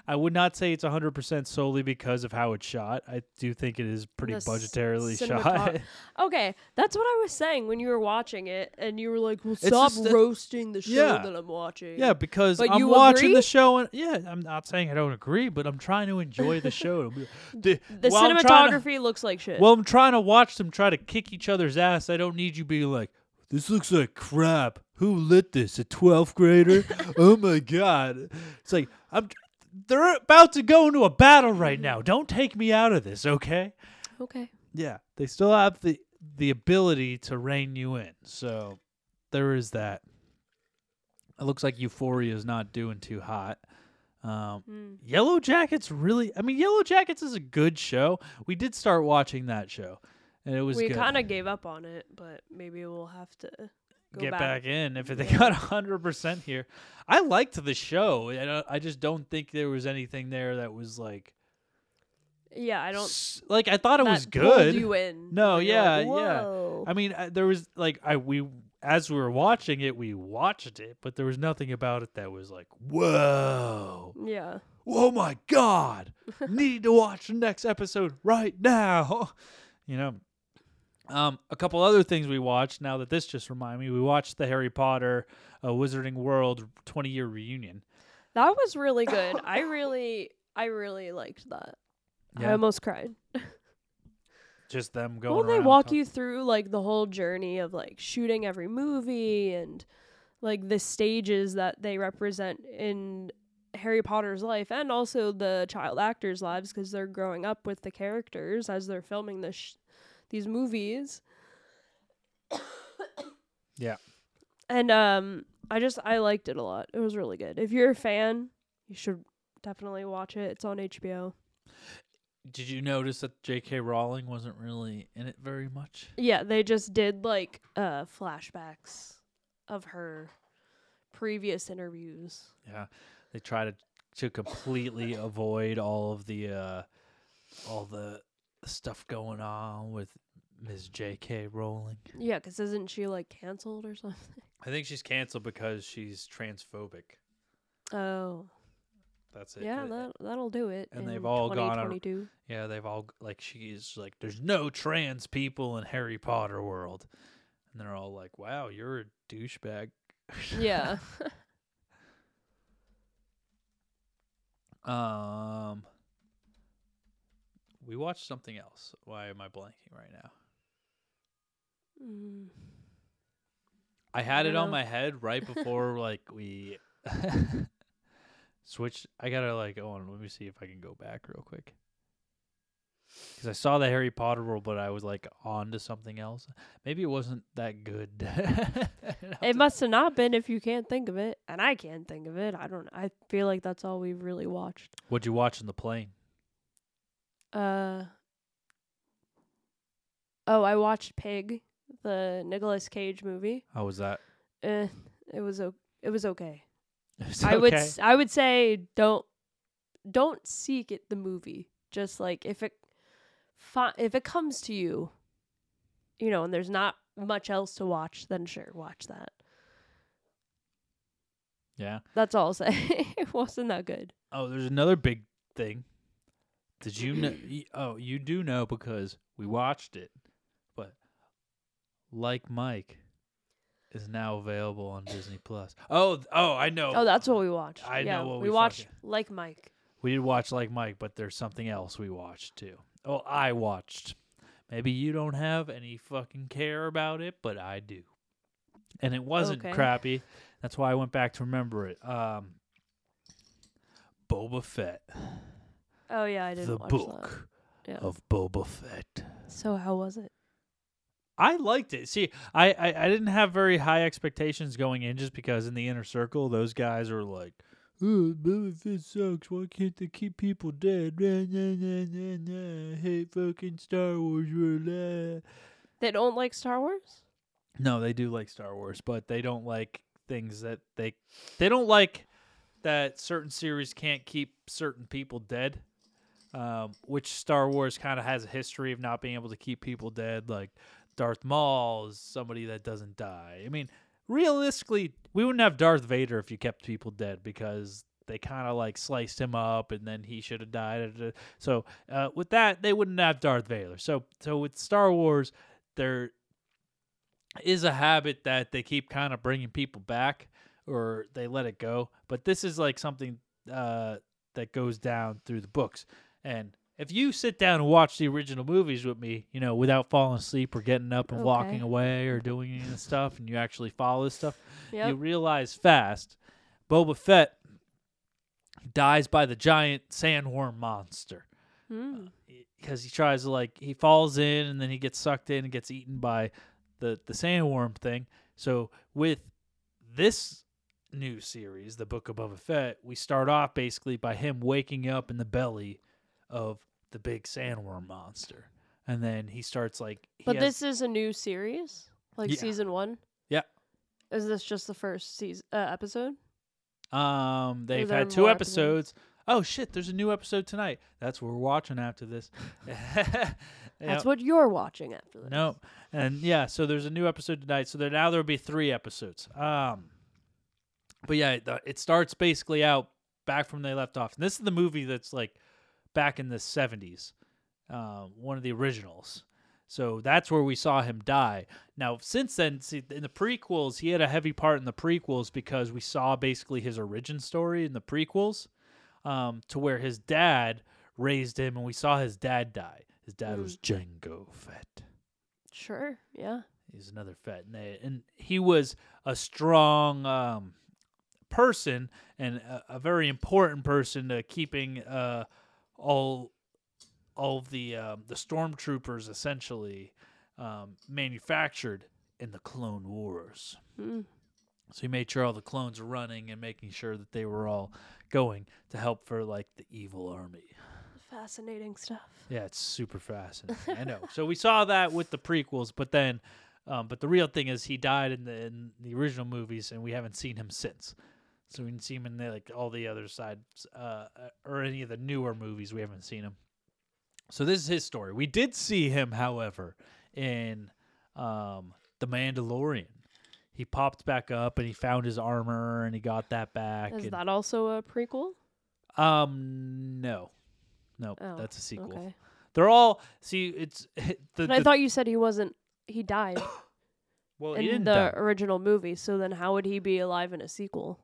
[SPEAKER 2] I would not say it's hundred percent solely because of how it's shot. I do think it is pretty
[SPEAKER 3] The s-
[SPEAKER 2] budgetarily <laughs> shot.
[SPEAKER 3] cinematog- Okay, that's what I was saying when you were watching it, and you were like, "Well, stop
[SPEAKER 2] just that-
[SPEAKER 3] roasting the show
[SPEAKER 2] Yeah.
[SPEAKER 3] that I'm watching."
[SPEAKER 2] yeah, because
[SPEAKER 3] But
[SPEAKER 2] I'm
[SPEAKER 3] you
[SPEAKER 2] watching the
[SPEAKER 3] agree?
[SPEAKER 2] show, and yeah, I'm not saying I don't agree, but I'm trying to enjoy the
[SPEAKER 3] <laughs>
[SPEAKER 2] show. the
[SPEAKER 3] the
[SPEAKER 2] while I'm trying to-
[SPEAKER 3] cinematography looks like shit.
[SPEAKER 2] Well, I'm trying to watch them try to kick each other's ass. I don't need you being like, this looks like crap. Who lit this? A 12th grader? oh my God. It's like, I'm. They're about to go into a battle right now. Don't take me out of this, okay?
[SPEAKER 3] okay,
[SPEAKER 2] Yeah, they still have the the ability to rein you in. So there is that. It looks like Euphoria is not doing too hot. Um,
[SPEAKER 3] Hmm.
[SPEAKER 2] Yellow Jackets really. I mean, Yellow Jackets is a good show. We did start watching that show, and it was
[SPEAKER 3] we
[SPEAKER 2] good.
[SPEAKER 3] kind of gave up on it, but maybe we'll have to go
[SPEAKER 2] get back.
[SPEAKER 3] back.
[SPEAKER 2] in if they got <laughs> hundred percent here. I liked the show. I, don't- I just don't think there was anything there that was like
[SPEAKER 3] Yeah, I don't.
[SPEAKER 2] s- like I thought it
[SPEAKER 3] that
[SPEAKER 2] was
[SPEAKER 3] pulled
[SPEAKER 2] good.
[SPEAKER 3] You in?
[SPEAKER 2] No,
[SPEAKER 3] Where you're
[SPEAKER 2] yeah,
[SPEAKER 3] like,
[SPEAKER 2] yeah.
[SPEAKER 3] "Whoa."
[SPEAKER 2] I mean, I, there was like I we as we were watching it, we watched it, but there was nothing about it that was like, whoa,
[SPEAKER 3] yeah.
[SPEAKER 2] oh my
[SPEAKER 3] <laughs>
[SPEAKER 2] god, need to watch the next episode right now. <laughs> You know, um, a couple other things we watched. Now that this just reminded me, we watched the Harry Potter, uh, Wizarding World twenty year reunion.
[SPEAKER 3] That was really good. I really, I really liked that.
[SPEAKER 2] Yeah.
[SPEAKER 3] I almost cried.
[SPEAKER 2] just them going.
[SPEAKER 3] Well, they
[SPEAKER 2] around
[SPEAKER 3] walk
[SPEAKER 2] talk-
[SPEAKER 3] you through like the whole journey of like shooting every movie and like the stages that they represent in Harry Potter's life and also the child actors' lives because they're growing up with the characters as they're filming this sh- these movies.
[SPEAKER 2] Yeah.
[SPEAKER 3] And um I just I liked it a lot. It was really good. If you're a fan, you should definitely watch it. It's on HBO.
[SPEAKER 2] Did you notice that J.K. Rowling wasn't really in it very much?
[SPEAKER 3] Yeah, they just did like uh flashbacks of her previous interviews.
[SPEAKER 2] Yeah, they try to to completely avoid all of the uh, all the stuff going on with Ms. J.K. Rowling.
[SPEAKER 3] Yeah, cuz isn't she like canceled or something? <laughs>
[SPEAKER 2] I think she's canceled because she's transphobic.
[SPEAKER 3] Oh.
[SPEAKER 2] That's it.
[SPEAKER 3] Yeah, that that'll do it.
[SPEAKER 2] and
[SPEAKER 3] in
[SPEAKER 2] they've all gone ar- <laughs>
[SPEAKER 3] 2022.
[SPEAKER 2] Yeah, they've all like she's like there's no trans people in Harry Potter world. And they're all like, "Wow, you're a douchebag." <laughs>
[SPEAKER 3] Yeah. <laughs>
[SPEAKER 2] Um We watched something else. Why am I blanking right now?
[SPEAKER 3] Mm.
[SPEAKER 2] I had
[SPEAKER 3] I
[SPEAKER 2] it on
[SPEAKER 3] dunno.
[SPEAKER 2] my head
[SPEAKER 3] <laughs>
[SPEAKER 2] right before like we <laughs> switched. I gotta like, oh, let me see if I can go back real quick. Because I saw the Harry Potter world, but I was like on to something else. Maybe it wasn't that good. <laughs>
[SPEAKER 3] It must have not been if you can't think of it, and I can't think of it. I don't I feel like that's all we've really watched.
[SPEAKER 2] What'd you watch in the plane?
[SPEAKER 3] Uh Oh, I watched Pig, the Nicolas Cage movie.
[SPEAKER 2] How was that? <laughs>
[SPEAKER 3] Eh, it was o- it was okay.
[SPEAKER 2] <laughs> It's
[SPEAKER 3] I would
[SPEAKER 2] okay.
[SPEAKER 3] s- I would say don't don't seek it the movie. Just like if it fi- if it comes to you, you know, and there's not much else to watch, then sure, watch that.
[SPEAKER 2] Yeah.
[SPEAKER 3] That's all I'll say. <laughs> it wasn't that good.
[SPEAKER 2] Oh, there's another big thing. Did you know? Oh, you do know because we watched it. But like Mike is now available on Disney Plus. Oh, th- oh, I know.
[SPEAKER 3] Oh, that's what we watched.
[SPEAKER 2] I
[SPEAKER 3] yeah,
[SPEAKER 2] know what
[SPEAKER 3] we
[SPEAKER 2] we
[SPEAKER 3] watched.
[SPEAKER 2] fucking-
[SPEAKER 3] Like Mike.
[SPEAKER 2] we did watch like Mike, but there's something else we watched too. Oh, I watched. Maybe you don't have any fucking care about it, but I do. And it wasn't
[SPEAKER 3] Okay.
[SPEAKER 2] crappy. That's why I went back to remember it. Um, Boba Fett,
[SPEAKER 3] Oh yeah, I didn't
[SPEAKER 2] the
[SPEAKER 3] watch
[SPEAKER 2] book.
[SPEAKER 3] that. Yeah.
[SPEAKER 2] of Boba Fett.
[SPEAKER 3] So how was it?
[SPEAKER 2] I liked it. See, I, I I didn't have very high expectations going in, just because in the inner circle, those guys are like, "Oh, Boba Fett sucks. Why can't they keep people dead? Nah, nah, nah, nah, nah. I hate fucking Star Wars." blah."
[SPEAKER 3] They don't like Star Wars.
[SPEAKER 2] No, they do like Star Wars, but they don't like things that they they don't like that certain series can't keep certain people dead. Um, which Star Wars kind of has a history of not being able to keep people dead, like Darth Maul is somebody that doesn't die. I mean, realistically, we wouldn't have Darth Vader if you kept people dead because they kind of like sliced him up and then he should have died. So uh, with that, they wouldn't have Darth Vader. So so with Star Wars, they're is a habit that they keep kind of bringing people back or they let it go. But this is like something uh, that goes down through the books. And if you sit down and watch the original movies with me, you know, without falling asleep or getting up and walking
[SPEAKER 3] Okay.
[SPEAKER 2] away or doing any of this stuff, and you actually follow this stuff,
[SPEAKER 3] Yep.
[SPEAKER 2] you realize fast Boba Fett dies by the giant sandworm monster
[SPEAKER 3] Hmm.
[SPEAKER 2] because he tries to like he falls in and then he gets sucked in and gets eaten by the the sandworm thing. So with this new series, the Book of Boba Fett, we start off basically by him waking up in the belly of the big sandworm monster, and then he starts like. He
[SPEAKER 3] But
[SPEAKER 2] has-
[SPEAKER 3] this is a new series, like
[SPEAKER 2] Yeah.
[SPEAKER 3] season one.
[SPEAKER 2] Yeah.
[SPEAKER 3] Is this just the first season uh, episode?
[SPEAKER 2] Um, they've
[SPEAKER 3] there
[SPEAKER 2] had two
[SPEAKER 3] more episodes?
[SPEAKER 2] episodes. Oh shit! There's a new episode tonight. That's what we're watching after this. <laughs>
[SPEAKER 3] That's
[SPEAKER 2] Yeah.
[SPEAKER 3] what you're watching after this.
[SPEAKER 2] No, and yeah, so there's a new episode tonight. So there now there will be three episodes. Um, but yeah, it, it starts basically out back from they left off. And this is the movie that's like back in the '70s, um, one of the originals. So that's where we saw him die. Now, since then, see, in the prequels, he had a heavy part in the prequels because we saw basically his origin story in the prequels um, to where his dad raised him and we saw his dad die. His
[SPEAKER 3] Hmm.
[SPEAKER 2] dad was Django Fett.
[SPEAKER 3] Sure. Yeah.
[SPEAKER 2] He's another Fett, and, they, and he was a strong um, person and a, a very important person to keeping uh, all all of the um, the stormtroopers essentially um, manufactured in the Clone Wars.
[SPEAKER 3] Mm.
[SPEAKER 2] So he made sure all the clones were running and making sure that they were all going to help for like the evil army.
[SPEAKER 3] Fascinating stuff.
[SPEAKER 2] Yeah, it's super fascinating. I
[SPEAKER 3] <laughs>
[SPEAKER 2] know. So we saw that with the prequels, but then, um, but the real thing is he died in the in the original movies, and we haven't seen him since. So we didn't see him in the, like all the other sides uh, or any of the newer movies. We haven't seen him. So this is his story. We did see him, however, in um, the Mandalorian. He popped back up and he found his armor and he got that back.
[SPEAKER 3] Is
[SPEAKER 2] and-
[SPEAKER 3] that also a
[SPEAKER 2] Oh,
[SPEAKER 3] prequel?
[SPEAKER 2] um, no, no,
[SPEAKER 3] Oh,
[SPEAKER 2] that's a sequel.
[SPEAKER 3] Okay.
[SPEAKER 2] They're all see. It's <laughs> the,
[SPEAKER 3] But I
[SPEAKER 2] the-
[SPEAKER 3] thought you said he wasn't. He died
[SPEAKER 2] <coughs> well, he
[SPEAKER 3] in
[SPEAKER 2] didn't
[SPEAKER 3] the
[SPEAKER 2] die.
[SPEAKER 3] original movie. So then, how would he be alive in a sequel?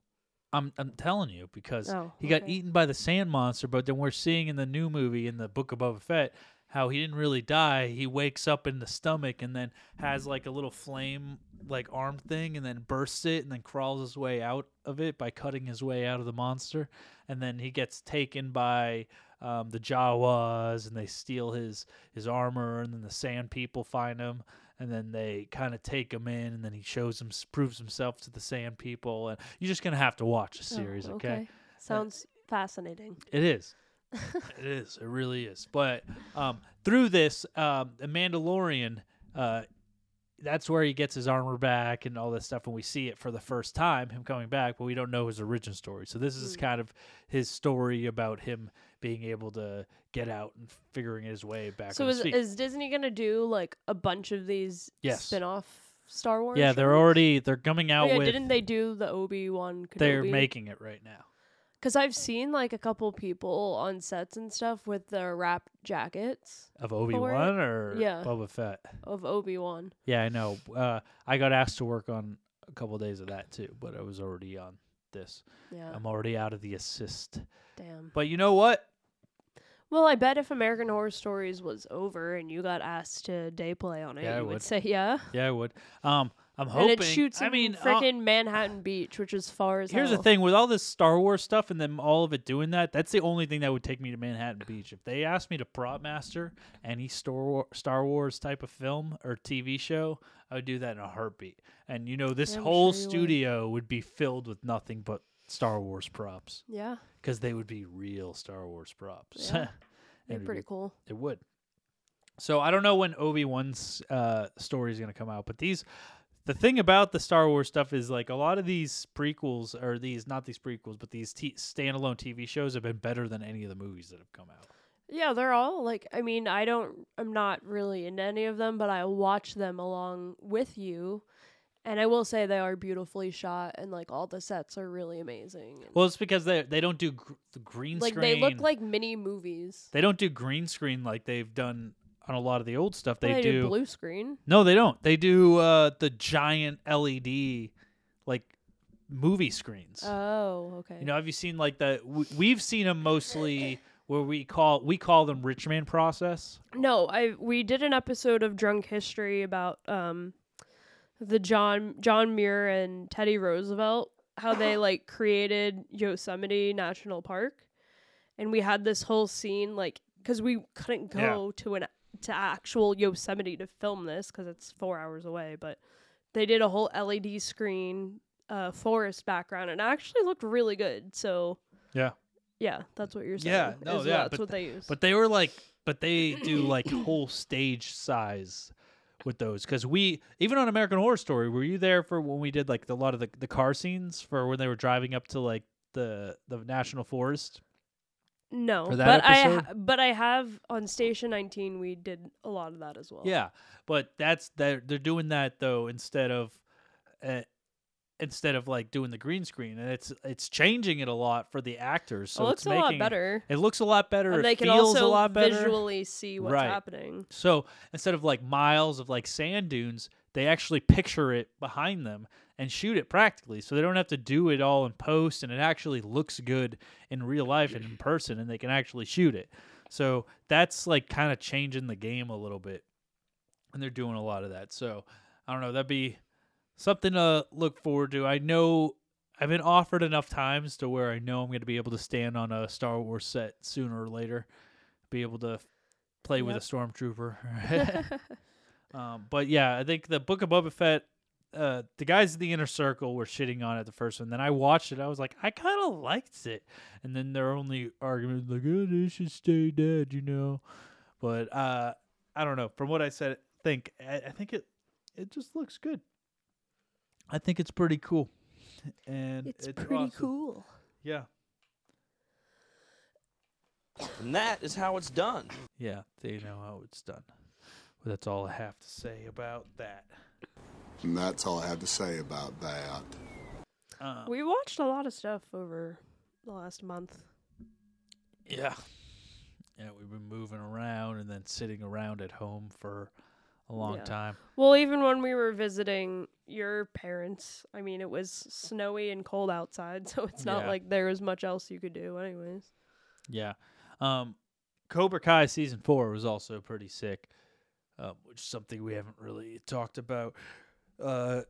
[SPEAKER 2] I'm I'm telling you because
[SPEAKER 3] Oh,
[SPEAKER 2] he got
[SPEAKER 3] okay.
[SPEAKER 2] eaten by the sand monster. But then we're seeing in the new movie in the book of Boba Fett how he didn't really die. He wakes up in the stomach and then has like a little flame like arm thing and then bursts it and then crawls his way out of it by cutting his way out of the monster. And then he gets taken by um, the Jawas and they steal his his armor and then the sand people find him and then they kind of take him in and then he shows him proves himself to the sand people and you're just gonna have to watch the
[SPEAKER 3] Oh,
[SPEAKER 2] series okay
[SPEAKER 3] Sounds fascinating.
[SPEAKER 2] it
[SPEAKER 3] <laughs>
[SPEAKER 2] is. it is. It really is. But um, through this, um, the Mandalorian, uh, that's where he gets his armor back and all this stuff, and we see it for the first time, him coming back, but we don't know his origin story. So this
[SPEAKER 3] Hmm.
[SPEAKER 2] is kind of his story about him being able to get out and figuring his way back.
[SPEAKER 3] So
[SPEAKER 2] on
[SPEAKER 3] is,
[SPEAKER 2] his feet.
[SPEAKER 3] is Disney gonna do like a bunch of these
[SPEAKER 2] Yes.
[SPEAKER 3] spin-off Star Wars?
[SPEAKER 2] yeah, they're
[SPEAKER 3] shows?
[SPEAKER 2] already they're coming
[SPEAKER 3] Oh,
[SPEAKER 2] out
[SPEAKER 3] yeah,
[SPEAKER 2] with.
[SPEAKER 3] didn't they do the Obi Wan?
[SPEAKER 2] they're making it right now.
[SPEAKER 3] because I've seen like a couple people on sets and stuff with their wrap jackets
[SPEAKER 2] Of Obi Wan or
[SPEAKER 3] Yeah.
[SPEAKER 2] Boba Fett?
[SPEAKER 3] of Obi Wan.
[SPEAKER 2] Yeah, I know. Uh, I got asked to work on a couple days of that too, but I was already on this.
[SPEAKER 3] Yeah,
[SPEAKER 2] I'm already out of the assist.
[SPEAKER 3] Oh. damn.
[SPEAKER 2] But you know what?
[SPEAKER 3] Well, I bet if American Horror Stories was over and you got asked to day play on it,
[SPEAKER 2] Yeah, I
[SPEAKER 3] you would
[SPEAKER 2] would.
[SPEAKER 3] say yeah.
[SPEAKER 2] Yeah, I would. Um, I'm hoping.
[SPEAKER 3] and it shoots
[SPEAKER 2] I
[SPEAKER 3] in
[SPEAKER 2] mean, uh,
[SPEAKER 3] freaking Manhattan Beach, which is far as
[SPEAKER 2] here's the
[SPEAKER 3] hell.
[SPEAKER 2] thing with all this Star Wars stuff and then all of it doing that. That's the only thing that would take me to Manhattan Beach. If they asked me to prop master any Star War- Star Wars type of film or TV show, I would do that in a heartbeat. And you know, this
[SPEAKER 3] I'm
[SPEAKER 2] whole
[SPEAKER 3] sure you would.
[SPEAKER 2] studio would be filled with nothing but Star Wars props.
[SPEAKER 3] Yeah,
[SPEAKER 2] because they would be real Star Wars props. <laughs> And
[SPEAKER 3] Yeah. be
[SPEAKER 2] it'd
[SPEAKER 3] pretty cool.
[SPEAKER 2] It would. So I don't know when Obi Wan's uh, story is going to come out, but these, the thing about the Star Wars stuff is like a lot of these prequels or these not these prequels, but these t- standalone TV shows have been better than any of the movies that have come out.
[SPEAKER 3] Yeah, they're all like I mean, I don't I'm not really into any of them, but I watch them along with you. And I will say they are beautifully shot and like all the sets are really amazing. and-
[SPEAKER 2] Well, it's because they they don't do gr- the green
[SPEAKER 3] like
[SPEAKER 2] screen.
[SPEAKER 3] they look like mini movies.
[SPEAKER 2] they don't do green screen like they've done on a lot of the old stuff.
[SPEAKER 3] Well,
[SPEAKER 2] They,
[SPEAKER 3] do. blue screen.
[SPEAKER 2] No, they don't. They do uh, the giant LED, like movie screens.
[SPEAKER 3] Oh, okay.
[SPEAKER 2] you know, have you seen like the? w- We've seen them mostly where we call we call them rich man process.
[SPEAKER 3] no, I we did an episode of Drunk History about um the John John Muir and Teddy Roosevelt
[SPEAKER 2] <gasps>
[SPEAKER 3] how they like created Yosemite National Park. And we had this whole scene like cuz we couldn't
[SPEAKER 2] Yeah.
[SPEAKER 3] go to an to actual Yosemite to film this cuz it's 4 hours away, but they did a whole LED screen uh forest background and it actually looked really good. So
[SPEAKER 2] Yeah,
[SPEAKER 3] yeah, that's what you're saying.
[SPEAKER 2] Yeah, no,
[SPEAKER 3] is
[SPEAKER 2] yeah,
[SPEAKER 3] that's
[SPEAKER 2] but
[SPEAKER 3] what they use.
[SPEAKER 2] but they were like, but they do like whole stage size with those because we even on American Horror Story, were you there for when we did like the, a lot of the the car scenes for when they were driving up to like the the national forest?
[SPEAKER 3] No,
[SPEAKER 2] for that
[SPEAKER 3] but I ha-
[SPEAKER 2] episode?
[SPEAKER 3] but I have on station 19 we did a lot of that as well.
[SPEAKER 2] Yeah, but that's they're they're doing that though instead of, uh, instead of like doing the green screen, and it's it's changing it a lot for the actors. So
[SPEAKER 3] it looks
[SPEAKER 2] it's
[SPEAKER 3] a lot
[SPEAKER 2] making-
[SPEAKER 3] better.
[SPEAKER 2] It looks a lot better.
[SPEAKER 3] and
[SPEAKER 2] it
[SPEAKER 3] they can
[SPEAKER 2] feels
[SPEAKER 3] also
[SPEAKER 2] a lot better.
[SPEAKER 3] visually see what's
[SPEAKER 2] Right.
[SPEAKER 3] happening.
[SPEAKER 2] So instead of like miles of like sand dunes, they actually picture it behind them and shoot it practically. So they don't have to do it all in post and it actually looks good in real life and in person and they can actually shoot it. So that's like kind of changing the game a little bit. And they're doing a lot of that. So I don't know. That'd be something to look forward to. I know I've been offered enough times to where I know I'm going to be able to stand on a Star Wars set sooner or later, be able to play with a
[SPEAKER 3] Yep. <laughs>
[SPEAKER 2] stormtrooper. <laughs> um, but yeah, I think the Book of Boba Fett. Uh, the guys in the inner circle were shitting on it the first one. Then I watched it. I was like, I kind of liked it. And then their only argument was like, oh, they should stay dead, you know. But uh, I don't know. From what I said, think I, I think it it just looks good. I think it's pretty cool, and
[SPEAKER 3] It's, pretty
[SPEAKER 2] awesome.
[SPEAKER 3] cool.
[SPEAKER 2] Yeah,
[SPEAKER 5] And that is how it's done.
[SPEAKER 2] yeah. They know how it's done. Well, that's all I have to say about that.
[SPEAKER 9] And that's all I have to say about that.
[SPEAKER 2] Um,
[SPEAKER 3] We watched a lot of stuff over the last month.
[SPEAKER 2] Yeah. Yeah, we've been moving around and then sitting around at home for a long
[SPEAKER 3] Yeah.
[SPEAKER 2] time.
[SPEAKER 3] Well, even when we were visiting your parents, I mean, it was snowy and cold outside, <laughs> so it's not
[SPEAKER 2] Yeah.
[SPEAKER 3] like there was much else you could do, anyways.
[SPEAKER 2] Yeah. Um Cobra Kai season 4 was also pretty sick. Um, which is something we haven't really talked about. Uh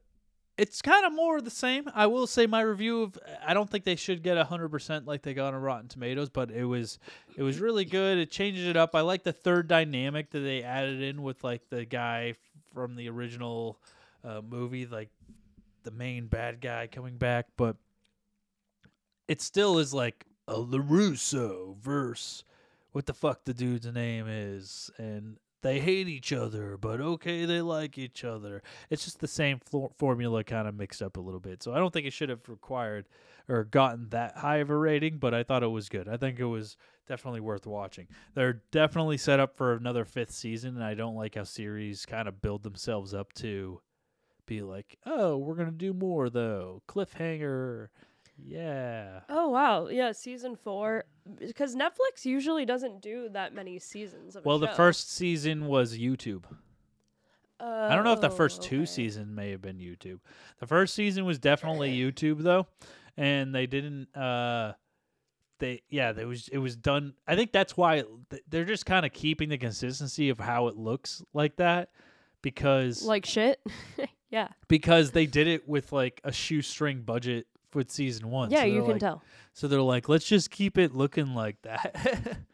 [SPEAKER 2] it's kind of more of the same. I will say my review of I don't think they should get 100% like they got on Rotten Tomatoes, but it was it was really good. It changes it up. I like the third dynamic that they added in with like the guy from the original uh, movie like the main bad guy coming back, but it still is like a LaRusso verse what the fuck the dude's name is and they hate each other, but okay, they like each other. It's just the same flo- formula kind of mixed up a little bit. So I don't think it should have required or gotten that high of a rating, but I thought it was good. I think it was definitely worth watching. They're definitely set up for another fifth season, and I don't like how series kind of build themselves up to be like, oh, we're going to do more, though. Cliffhanger. Yeah.
[SPEAKER 3] Oh, wow. Yeah, season four. Because Netflix usually doesn't do that many seasons. Of a
[SPEAKER 2] Well, the
[SPEAKER 3] show.
[SPEAKER 2] first season was YouTube. I don't know if the first
[SPEAKER 3] Oh,
[SPEAKER 2] two season may have been YouTube. The first season was definitely YouTube though, and they didn't. uh They yeah, there was it was done. I think that's why th- they're just kind of keeping the consistency of how it looks like that because
[SPEAKER 3] Like shit? <laughs> yeah.
[SPEAKER 2] because they did it with like a shoestring budget with season one.
[SPEAKER 3] Yeah,
[SPEAKER 2] So
[SPEAKER 3] you
[SPEAKER 2] they're
[SPEAKER 3] can
[SPEAKER 2] like-
[SPEAKER 3] tell.
[SPEAKER 2] So they're like, let's just keep it looking like that. <laughs>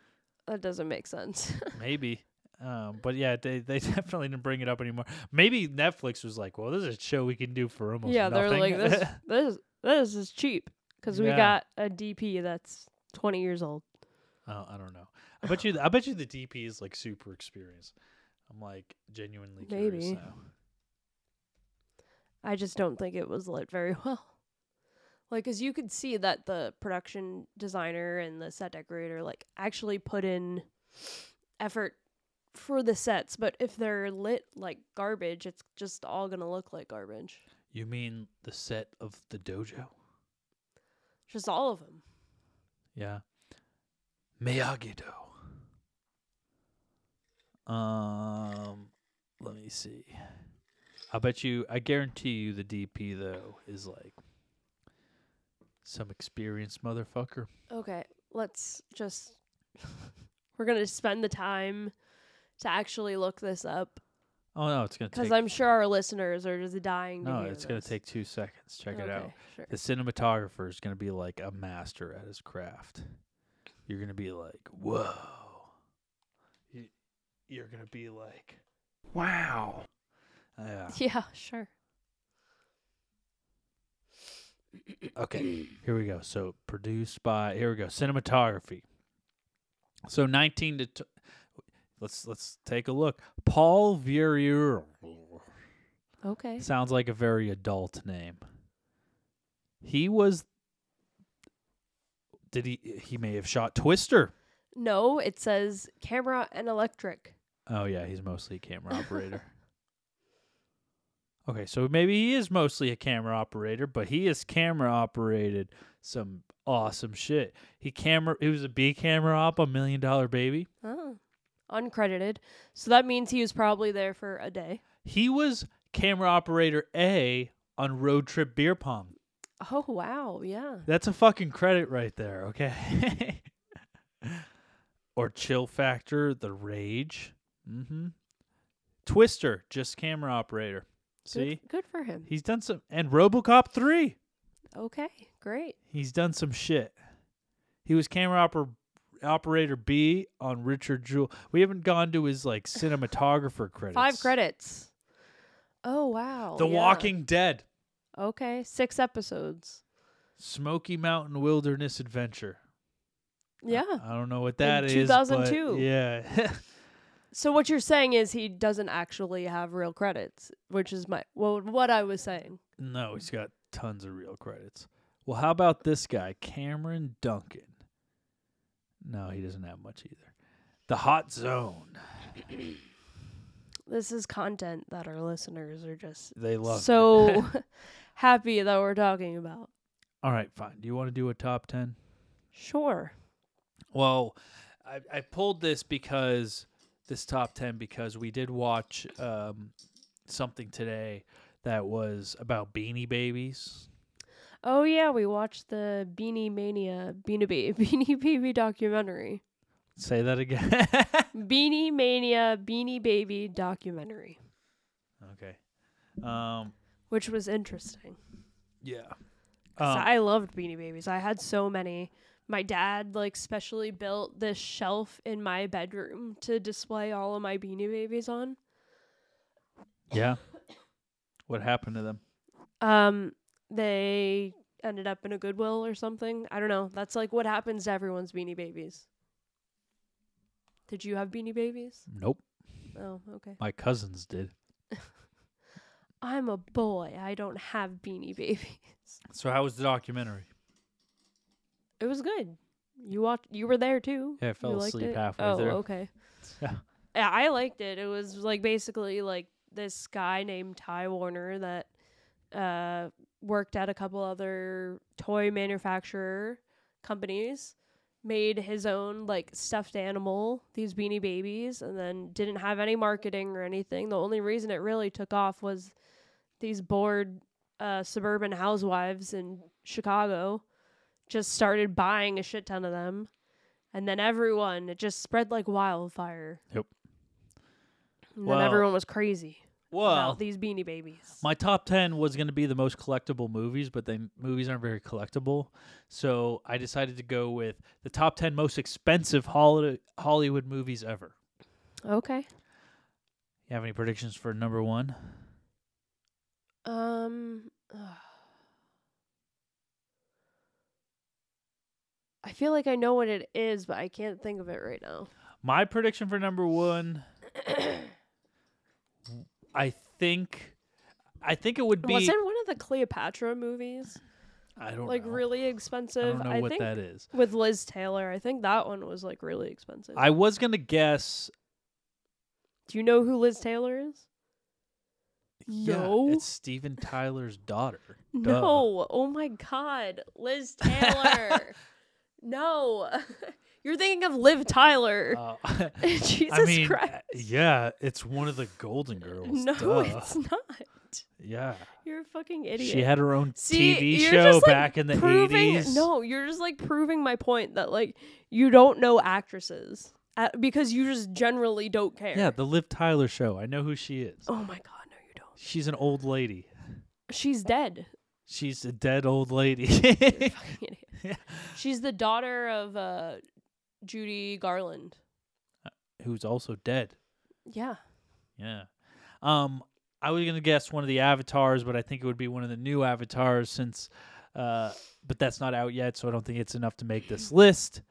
[SPEAKER 3] That doesn't make sense. <laughs>
[SPEAKER 2] Maybe. Um, but yeah, they, they <laughs> definitely didn't bring it up anymore. Maybe Netflix was like, well, this is a show we can do for almost
[SPEAKER 3] yeah,
[SPEAKER 2] nothing.
[SPEAKER 3] they're like, this,
[SPEAKER 2] <laughs>
[SPEAKER 3] this, this is cheap. Because we
[SPEAKER 2] Yeah.
[SPEAKER 3] got a DP that's 20 years old.
[SPEAKER 2] oh, I don't know. I bet you I bet you the DP is like super experienced. I'm like genuinely curious
[SPEAKER 3] Maybe.
[SPEAKER 2] now.
[SPEAKER 3] I just don't think it was lit very <laughs> well. Like, as you could see that the production designer and the set decorator, like, actually put in effort for the sets, but if they're lit like garbage, it's just all gonna look like garbage.
[SPEAKER 2] You mean the set of the dojo?
[SPEAKER 3] Just all of them.
[SPEAKER 2] Yeah. Miyagi Do. Um let me see. I bet you I guarantee you the DP though is like some experienced motherfucker.
[SPEAKER 3] Okay, let's just. <laughs> We're gonna spend the time to actually look this up
[SPEAKER 2] Oh no, it's gonna
[SPEAKER 3] because
[SPEAKER 2] take
[SPEAKER 3] I'm sure our listeners are just dying to
[SPEAKER 2] no,
[SPEAKER 3] hear
[SPEAKER 2] it's gonna
[SPEAKER 3] this. <laughs>
[SPEAKER 2] take two seconds. Check it out.
[SPEAKER 3] Okay, sure.
[SPEAKER 2] The cinematographer is gonna be like a master at his craft. You're gonna be like, whoa. You, you're gonna be like, wow. Yeah.
[SPEAKER 3] Yeah, sure.
[SPEAKER 2] Okay, here we go. So produced by here we go cinematography. So nineteen to t- let's let's take a look. Paul Vierier
[SPEAKER 3] Okay.
[SPEAKER 2] sounds like a very adult name. He was. Did he? He may have shot Twister.
[SPEAKER 3] No, it says camera and electric.
[SPEAKER 2] Oh yeah, he's mostly a camera operator. okay, so maybe he is mostly a camera operator, but he is camera operated some awesome shit. He camera he was a B camera op, a million dollar baby.
[SPEAKER 3] Oh. Uncredited. So that means he was probably there for a day.
[SPEAKER 2] He was camera operator A on Road Trip Beer Pong.
[SPEAKER 3] Oh, wow. Yeah.
[SPEAKER 2] That's a fucking credit right there, okay? <laughs> or Chill Factor, The Rage. Mm-hmm. Twister, just camera operator. See,
[SPEAKER 3] good for him.
[SPEAKER 2] he's done some, and RoboCop three.
[SPEAKER 3] Okay, great.
[SPEAKER 2] He's done some shit. He was camera oper- operator B on Richard Jewell. We haven't gone to his like cinematographer credits.
[SPEAKER 3] <laughs> Five credits. Oh wow.
[SPEAKER 2] The
[SPEAKER 3] yeah.
[SPEAKER 2] Walking Dead,
[SPEAKER 3] Okay, six episodes.
[SPEAKER 2] Smoky Mountain Wilderness Adventure.
[SPEAKER 3] Yeah.
[SPEAKER 2] I don't know what that is. but
[SPEAKER 3] 2002.
[SPEAKER 2] yeah. <laughs>
[SPEAKER 3] So what you're saying is he doesn't actually have real credits, which is my well, what I was saying.
[SPEAKER 2] no, he's got tons of real credits. Well, how about this guy, Cameron Duncan? No, he doesn't have much either. The Hot Zone.
[SPEAKER 3] This is content that our listeners are just
[SPEAKER 2] They love it. <laughs>
[SPEAKER 3] so <laughs> happy that we're talking about.
[SPEAKER 2] All right, fine. Do you want to do a top 10?
[SPEAKER 3] Sure.
[SPEAKER 2] Well, I, I pulled this because this top 10 because we did watch um, something today that was about beanie babies.
[SPEAKER 3] Oh yeah, we watched the Beanie Mania Beanie Baby <laughs> Beanie Baby documentary.
[SPEAKER 2] Say that again. <laughs>
[SPEAKER 3] Beanie Mania Beanie Baby documentary,
[SPEAKER 2] okay. Um,
[SPEAKER 3] which was interesting.
[SPEAKER 2] yeah.
[SPEAKER 3] 'Cause
[SPEAKER 2] Um,
[SPEAKER 3] I loved Beanie Babies. I had so many. My dad like specially built this shelf in my bedroom to display all of my Beanie Babies on.
[SPEAKER 2] yeah. What happened to them?
[SPEAKER 3] Um, they ended up in a Goodwill or something. I don't know. That's like what happens to everyone's Beanie Babies. Did you have Beanie Babies?
[SPEAKER 2] Nope.
[SPEAKER 3] Oh, okay.
[SPEAKER 2] My cousins did.
[SPEAKER 3] I'm a boy. I don't have Beanie Baby.
[SPEAKER 2] So how was the documentary?
[SPEAKER 3] It was good. You watched. You were there too.
[SPEAKER 2] Yeah, I fell
[SPEAKER 3] You liked
[SPEAKER 2] asleep
[SPEAKER 3] it?
[SPEAKER 2] halfway
[SPEAKER 3] oh,
[SPEAKER 2] through.
[SPEAKER 3] okay.
[SPEAKER 2] <laughs> Yeah.
[SPEAKER 3] Yeah, I liked it. It was like basically like this guy named Ty Warner that uh, worked at a couple other toy manufacturer companies, made his own like stuffed animal, these beanie babies, and then didn't have any marketing or anything. The only reason it really took off was these bored uh, suburban housewives in Chicago just started buying a shit ton of them. And then everyone, it just spread like wildfire.
[SPEAKER 2] Yep.
[SPEAKER 3] And
[SPEAKER 2] Well-
[SPEAKER 3] then everyone was crazy
[SPEAKER 2] Well-
[SPEAKER 3] about these beanie babies.
[SPEAKER 2] My top 10 was going to be the most collectible movies, but the movies aren't very collectible. So I decided to go with the top 10 most expensive Hollywood Hollywood movies ever.
[SPEAKER 3] Okay.
[SPEAKER 2] You have any predictions for number one?
[SPEAKER 3] Um, I feel like I know what it is, but I can't think of it right now.
[SPEAKER 2] My prediction for number one, I think, I think it would be.
[SPEAKER 3] was in one of the Cleopatra movies?
[SPEAKER 2] I don't
[SPEAKER 3] like
[SPEAKER 2] know.
[SPEAKER 3] really expensive.
[SPEAKER 2] know what
[SPEAKER 3] think
[SPEAKER 2] that is.
[SPEAKER 3] With Liz Taylor, I think that one was like really expensive.
[SPEAKER 2] I was gonna guess.
[SPEAKER 3] Do you know who Liz Taylor is?
[SPEAKER 2] yeah,
[SPEAKER 3] No.
[SPEAKER 2] it's Steven Tyler's daughter. Duh.
[SPEAKER 3] No. Oh my God. Liz
[SPEAKER 2] <laughs>
[SPEAKER 3] Taylor. no. <laughs> You're thinking of Liv Tyler.
[SPEAKER 2] Uh,
[SPEAKER 3] <laughs> Jesus
[SPEAKER 2] I mean, uh,
[SPEAKER 3] Christ.
[SPEAKER 2] yeah, it's one of the Golden Girls.
[SPEAKER 3] <laughs> No,
[SPEAKER 2] duh.
[SPEAKER 3] it's not.
[SPEAKER 2] Yeah.
[SPEAKER 3] You're a fucking idiot.
[SPEAKER 2] She had her own
[SPEAKER 3] See,
[SPEAKER 2] TV
[SPEAKER 3] you're
[SPEAKER 2] show
[SPEAKER 3] just, like,
[SPEAKER 2] back in the
[SPEAKER 3] proving,
[SPEAKER 2] 80s.
[SPEAKER 3] No, you're just like proving my point that like you don't know actresses uh, because you just generally don't care.
[SPEAKER 2] Yeah, the Liv Tyler show. I know who she is.
[SPEAKER 3] Oh my God. No, you don't.
[SPEAKER 2] She's an old lady.
[SPEAKER 3] She's dead. <laughs>
[SPEAKER 2] She's a dead old lady. <laughs>
[SPEAKER 3] She's the daughter of uh, Judy Garland.
[SPEAKER 2] Who's also dead.
[SPEAKER 3] Yeah.
[SPEAKER 2] Yeah. Um, I was gonna guess one of the avatars, but I think it would be one of the new avatars since uh but that's not out yet, so I don't think it's enough to make this list.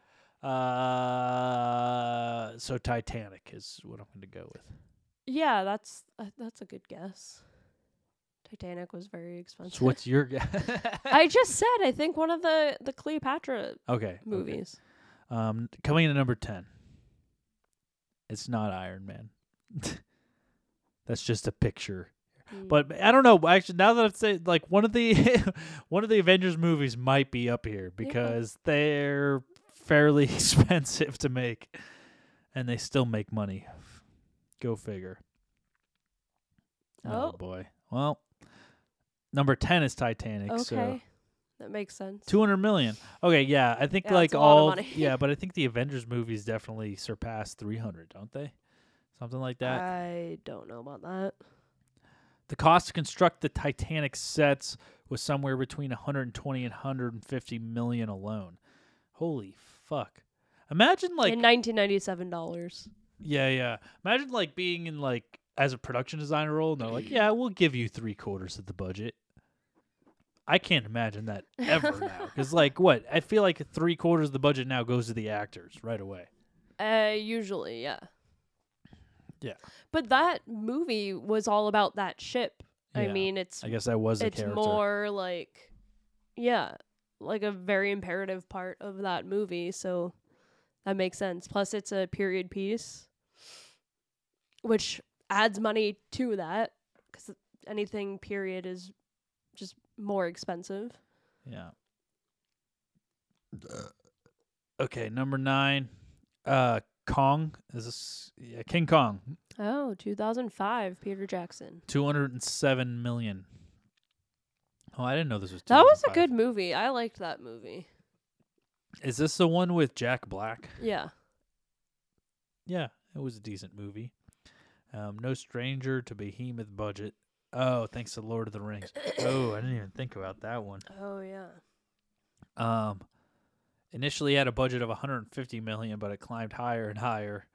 [SPEAKER 2] Uh so Titanic is what I'm gonna go with.
[SPEAKER 3] Yeah, that's uh, that's a good guess. Titanic was very expensive.
[SPEAKER 2] So what's <laughs> your guess?
[SPEAKER 3] I just said I think one of the the Cleopatra
[SPEAKER 2] Okay, okay.
[SPEAKER 3] movies.
[SPEAKER 2] Um, coming in at number ten. It's not Iron Man. <laughs> That's just a picture. But I don't know. Actually, now that I've said, like one of the <laughs> one of the Avengers movies might be up here because they're fairly <laughs> expensive to make, and they still make money. Go figure. Oh,
[SPEAKER 3] Oh.
[SPEAKER 2] boy. Well, number ten is Titanic.
[SPEAKER 3] Okay.
[SPEAKER 2] So
[SPEAKER 3] That That makes sense.
[SPEAKER 2] Two hundred million. Okay, yeah, I think
[SPEAKER 3] Yeah,
[SPEAKER 2] like
[SPEAKER 3] it's a lot of
[SPEAKER 2] all.
[SPEAKER 3] money.
[SPEAKER 2] <laughs> yeah, but I think the Avengers movies definitely surpass three hundred, don't they? Something like that.
[SPEAKER 3] Uh, I don't know about that.
[SPEAKER 2] The cost to construct the Titanic sets was somewhere between 120 and 150 million alone. Holy fuck. Imagine like
[SPEAKER 3] In 1997 dollars.
[SPEAKER 2] yeah, yeah. Imagine like being in like as a production designer role and they're like, "Yeah, we'll give you 3 quarters of the budget." I can't imagine that ever now cuz like what? I feel like 3 quarters of the budget now goes to the actors right away.
[SPEAKER 3] Uh, usually, yeah.
[SPEAKER 2] Yeah.
[SPEAKER 3] But that movie was all about that ship. I
[SPEAKER 2] Yeah.
[SPEAKER 3] mean, it's
[SPEAKER 2] I guess that was the
[SPEAKER 3] it's
[SPEAKER 2] character.
[SPEAKER 3] more like, yeah, like a very imperative part of that movie. So that makes sense. Plus, it's a period piece, which adds money to that because anything period is just more expensive.
[SPEAKER 2] Yeah. Okay, number 9. Uh Kong is this yeah, King Kong.
[SPEAKER 3] Oh, 2005, Peter Jackson.
[SPEAKER 2] 207 million. Oh, I didn't know this was
[SPEAKER 3] That was a
[SPEAKER 2] 205.
[SPEAKER 3] good movie. I liked that movie.
[SPEAKER 2] Is this the one with Jack Black?
[SPEAKER 3] Yeah.
[SPEAKER 2] Yeah, it was a decent movie. Um, no stranger to behemoth budget. Oh, thanks to Lord of the Rings. oh, I didn't even think about that one.
[SPEAKER 3] Oh yeah.
[SPEAKER 2] Um, initially had a budget of 150 million, but it climbed higher and higher.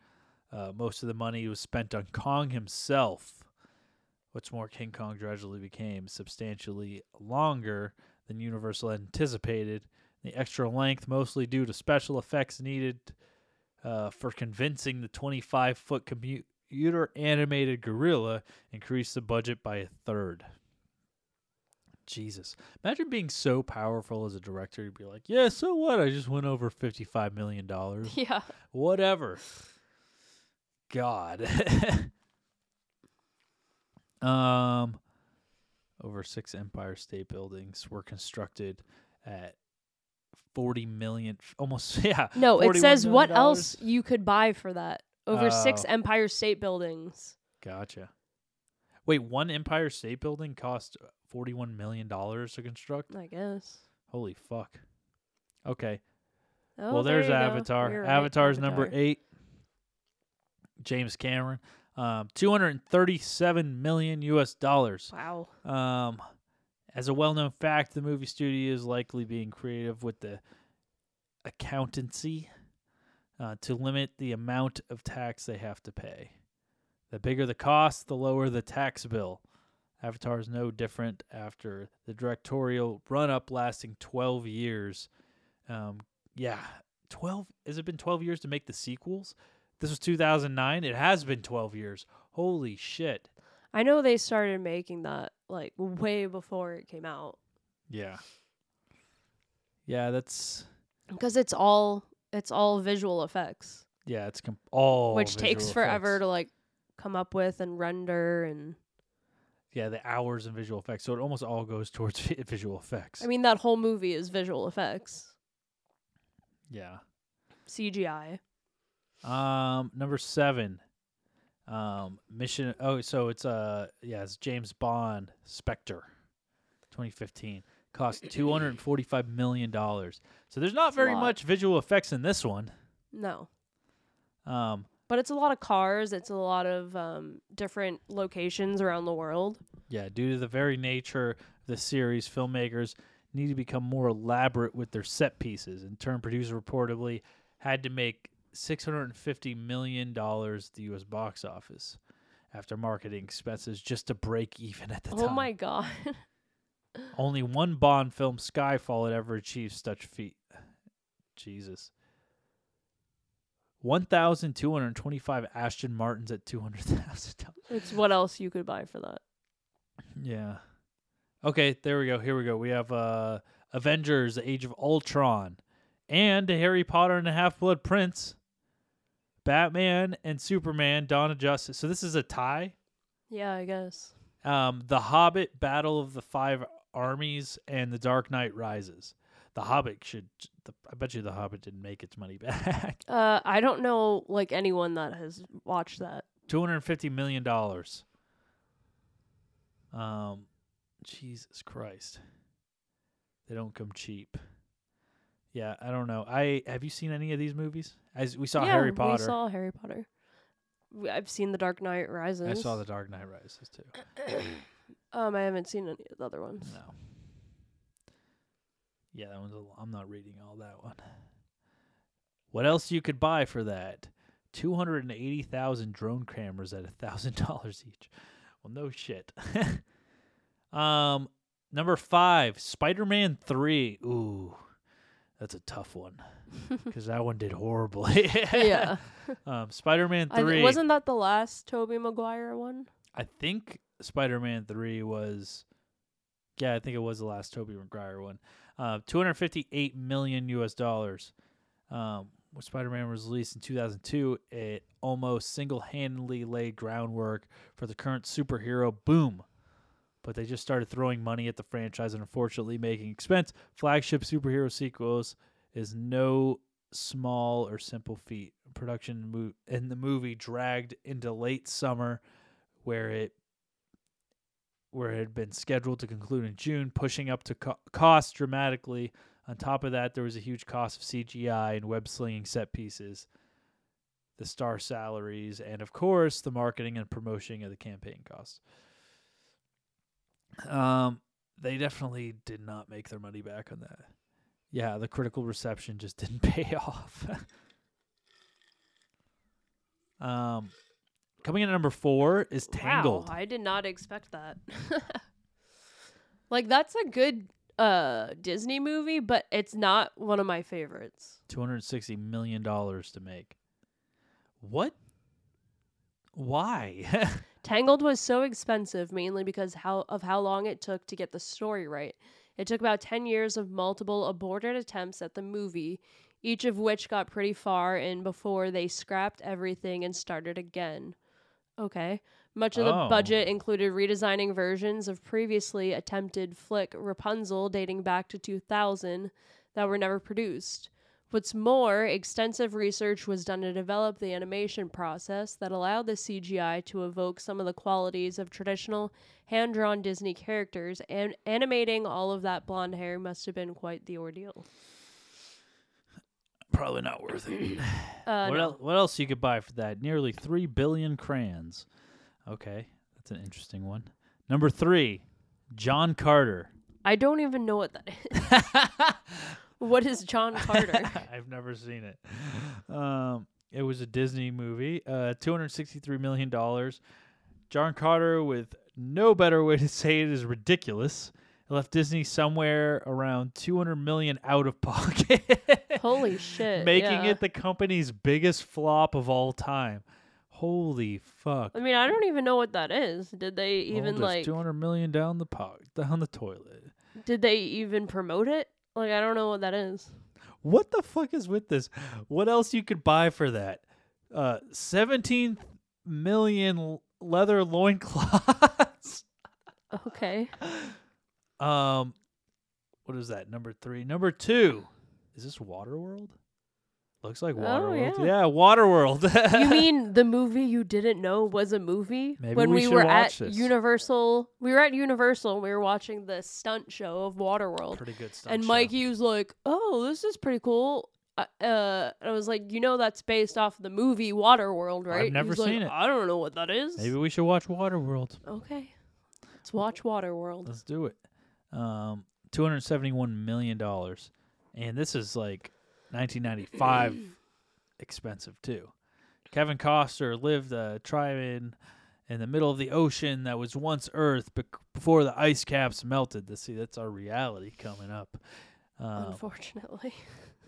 [SPEAKER 2] Uh, most of the money was spent on Kong himself. What's more, King Kong gradually became substantially longer than Universal anticipated. The extra length, mostly due to special effects needed uh, for convincing the 25 foot computer animated gorilla, increased the budget by a third. Jesus. Imagine being so powerful as a director. You'd be like, yeah, so what? I just went over $55 million.
[SPEAKER 3] <laughs> Yeah.
[SPEAKER 2] Whatever. God. <laughs> um, over six Empire State Buildings were constructed at 40 million, almost, <laughs> yeah.
[SPEAKER 3] No, it
[SPEAKER 2] $41
[SPEAKER 3] says
[SPEAKER 2] million
[SPEAKER 3] what else you could buy for that. Over six
[SPEAKER 2] Oh.
[SPEAKER 3] Empire State Buildings.
[SPEAKER 2] Gotcha. Wait, one Empire State Building cost $41 million to construct?
[SPEAKER 3] I guess.
[SPEAKER 2] Holy fuck. Okay.
[SPEAKER 3] Oh,
[SPEAKER 2] well,
[SPEAKER 3] there
[SPEAKER 2] there's
[SPEAKER 3] you go.
[SPEAKER 2] Avatar.
[SPEAKER 3] You're right,
[SPEAKER 2] Avatar's number
[SPEAKER 3] Avatar.
[SPEAKER 2] eight. James Cameron, um, 237 million U.S. dollars.
[SPEAKER 3] Wow.
[SPEAKER 2] Um, as a well-known fact, the movie studio is likely being creative with the accountancy uh, to limit the amount of tax they have to pay. The bigger the cost, the lower the tax bill. Avatar is no different after the directorial run up lasting 12 years. Um, yeah, 12 has it been 12 years to make the sequels? This was 2009. It has been 12 years. Holy shit.
[SPEAKER 3] I know they started making that like way before it came out
[SPEAKER 2] Yeah. Yeah, that's
[SPEAKER 3] because it's all it's all visual effects,
[SPEAKER 2] yeah, it's com- all
[SPEAKER 3] which takes
[SPEAKER 2] visual
[SPEAKER 3] forever
[SPEAKER 2] effects.
[SPEAKER 3] to like come up with and render and
[SPEAKER 2] Yeah, the hours and visual effects. So it almost all goes towards <laughs> vi- visual effects.
[SPEAKER 3] I mean that whole movie is visual effects,
[SPEAKER 2] yeah.
[SPEAKER 3] CGI.
[SPEAKER 2] Um, number seven, um, Mission. Oh, so it's uh, yeah, it's James Bond Spectre, 2015. Cost 245 million dollars. So there's not
[SPEAKER 3] a
[SPEAKER 2] very
[SPEAKER 3] lot.
[SPEAKER 2] much visual effects in this one.
[SPEAKER 3] No.
[SPEAKER 2] Um,
[SPEAKER 3] But it's a lot of cars, it's a lot of um different locations around the world.
[SPEAKER 2] yeah, due to the very nature of the series, filmmakers need to become more elaborate with their set pieces. In turn, producer reportedly had to make 650 million dollars at the U.S. box office after marketing expenses just to break even at the
[SPEAKER 3] oh
[SPEAKER 2] time.
[SPEAKER 3] my <laughs> god.
[SPEAKER 2] Only one Bond film, Skyfall, had ever achieved such feat. <sighs> Jesus. 1,225 Ashton Martins at 200,000.
[SPEAKER 3] it's what else you could buy for that.
[SPEAKER 2] Yeah. Okay, there we go. Here we go. We have uh Avengers: The Age of Ultron, and Harry Potter and the Half Blood Prince, Batman and Superman: Dawn of Justice. So this is a tie.
[SPEAKER 3] Yeah, I guess.
[SPEAKER 2] Um, The Hobbit: Battle of the Five Armies and The Dark Knight Rises. The Hobbit should. The, I bet you The Hobbit didn't make its money <laughs> back.
[SPEAKER 3] Uh, I don't know like anyone that has watched that.
[SPEAKER 2] Two hundred fifty million dollars. Um, Jesus Christ. They don't come cheap. Yeah, I don't know. I have you seen any of these movies? As we saw
[SPEAKER 3] yeah,
[SPEAKER 2] Harry Potter.
[SPEAKER 3] We saw Harry Potter. We- I've seen The Dark Knight Rises.
[SPEAKER 2] I saw The Dark Knight Rises too.
[SPEAKER 3] Um, I haven't seen any of the other ones.
[SPEAKER 2] No. yeah, that one's. A, l- I'm not reading all that one. What else you could buy for that? Two hundred and eighty thousand drone cameras at a thousand <laughs> dollars each. Well, no shit. <laughs> um, number five, Spider-Man Three. Ooh, that's a tough
[SPEAKER 3] <laughs>
[SPEAKER 2] one because that one did horribly.
[SPEAKER 3] Yeah.
[SPEAKER 2] <laughs> Um, Spider-Man
[SPEAKER 3] I th-
[SPEAKER 2] Three.
[SPEAKER 3] wasn't that the last Toby Maguire one?
[SPEAKER 2] I think Spider Man Three was, yeah, I think it was the last Toby Maguire one. Uh, two hundred fifty eight million U.S. dollars. Um, when Spider Man was released in two thousand two, it almost single handedly laid groundwork for the current superhero boom. But they just started throwing money at the franchise and unfortunately making expense. Flagship superhero sequels is no small or simple feat. Production mo- in the movie dragged into late summer where it where it had been scheduled to conclude in June, pushing up to co- cost dramatically. On top of that, there was a huge cost of CGI and web slinging set pieces, the star salaries, and of course, the marketing and promotion of the campaign costs. Um, they definitely did not make their money back on that. Yeah, the critical reception just <laughs> didn't pay off. <laughs> um, coming in at number four is Tangled.
[SPEAKER 3] Wow, I did not expect that. <laughs> like that's a good uh Disney movie, but it's not one of my favorites.
[SPEAKER 2] Two hundred sixty million dollars to make. What? Why? <laughs>
[SPEAKER 3] Tangled was so expensive mainly because how of how long it took to get the story right. It took about 10 years of multiple aborted attempts at the movie, each of which got pretty far in before they scrapped everything and started again. Okay. Much of
[SPEAKER 10] Oh.
[SPEAKER 3] the budget included redesigning versions of previously attempted flick Rapunzel dating back to 2000 that were never produced. What's more, extensive research was done to develop the animation process that allowed the CGI to evoke some of the qualities of traditional hand drawn Disney characters, and animating all of that blonde hair must have been quite the ordeal.
[SPEAKER 2] Probably not worth <clears throat> it.
[SPEAKER 3] Uh,
[SPEAKER 2] what,
[SPEAKER 3] no.
[SPEAKER 2] el- what else you could buy for that? Nearly three billion crayons. Okay, that's an interesting one. Number three, John Carter.
[SPEAKER 3] I don't even know what that
[SPEAKER 2] <laughs>
[SPEAKER 3] is. what is John Carter?
[SPEAKER 2] I've never seen it. Um, it was a Disney movie. Uh, two hundred sixty-three million dollars. John Carter, with no better way to say it, is ridiculous. It left Disney somewhere around two hundred million out of <laughs>
[SPEAKER 3] <laughs>
[SPEAKER 2] pocket,
[SPEAKER 3] Holy shit.
[SPEAKER 2] making
[SPEAKER 3] yeah.
[SPEAKER 2] it the company's biggest flop of all time. Holy fuck!
[SPEAKER 3] I mean, I don't even know what that is. Did they even like
[SPEAKER 2] two hundred million down the po- down the toilet.
[SPEAKER 3] did they even promote it? Like I don't know what that is.
[SPEAKER 2] What the fuck is with this? What else you could buy for that? Uh, 17 million l- leather loincloths. <laughs>
[SPEAKER 3] Okay.
[SPEAKER 2] Um, what is that? Number three. Number two. Is this Waterworld? Looks like
[SPEAKER 3] Oh,
[SPEAKER 2] Waterworld.
[SPEAKER 3] yeah.
[SPEAKER 2] yeah. Waterworld. <laughs>
[SPEAKER 3] you mean the movie you didn't know was a movie?
[SPEAKER 2] Maybe
[SPEAKER 3] when
[SPEAKER 2] we
[SPEAKER 3] we,
[SPEAKER 2] should
[SPEAKER 3] were
[SPEAKER 2] watch
[SPEAKER 3] at
[SPEAKER 2] this.
[SPEAKER 3] Universal, we were at Universal and we were watching the stunt show of Waterworld.
[SPEAKER 2] Pretty good stunt
[SPEAKER 3] And
[SPEAKER 2] show.
[SPEAKER 3] Mikey was like, "Oh, this is pretty cool." Uh, uh, and I was like, "You know, that's based off the movie Waterworld, right?"
[SPEAKER 2] never
[SPEAKER 3] He's like,
[SPEAKER 2] seen it.
[SPEAKER 3] I don't know what that is.
[SPEAKER 2] Maybe we should watch Waterworld.
[SPEAKER 3] Okay, let's watch Waterworld.
[SPEAKER 2] Let's do it. Um, two hundred seventy-one million dollars, and this is like nineteen ninety-five expensive too. Kevin Costner lived a tribe in the middle of the ocean that was once Earth bec- before the ice caps melted. Let's see, that's our reality coming up. Um,
[SPEAKER 3] Unfortunately,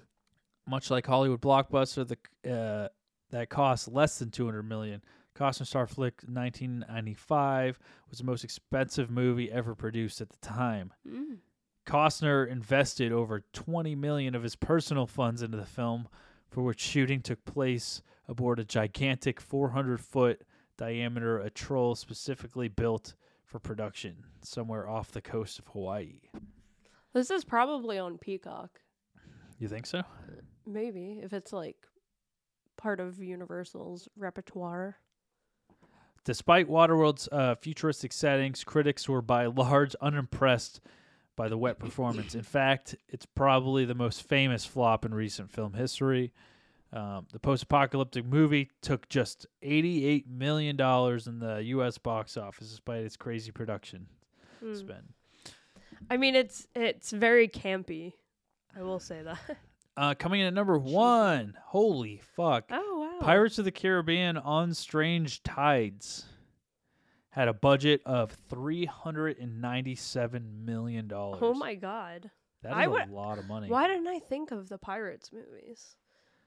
[SPEAKER 3] <laughs>
[SPEAKER 2] much like Hollywood blockbuster, the uh, that cost less than two hundred million. Costner star flick 1995 was the most expensive movie ever produced at the time.
[SPEAKER 3] Mm.
[SPEAKER 2] Costner invested over 20 million of his personal funds into the film, for which shooting took place aboard a gigantic 400-foot diameter atolls specifically built for production somewhere off the coast of Hawaii.
[SPEAKER 3] this is probably on Peacock.
[SPEAKER 2] You think so?
[SPEAKER 3] Maybe if it's like part of Universal's repertoire.
[SPEAKER 2] <laughs> Despite Waterworld's uh, futuristic settings, critics were by large unimpressed by the wet performance. In fact, it's probably the most famous flop in recent film history. Um, the post apocalyptic movie took just $88 million in the U.S. box office despite its crazy production
[SPEAKER 3] Mm.
[SPEAKER 2] spend.
[SPEAKER 3] I mean, it's it's very campy. I will say that. <laughs>
[SPEAKER 2] Uh, coming in at number one, holy fuck.
[SPEAKER 3] Oh, wow.
[SPEAKER 2] Pirates of the Caribbean on Strange Tides had a budget of $397 million.
[SPEAKER 3] oh my god.
[SPEAKER 2] That is
[SPEAKER 3] I
[SPEAKER 2] a
[SPEAKER 3] would-
[SPEAKER 2] lot of money.
[SPEAKER 3] Why didn't I think of the Pirates movies?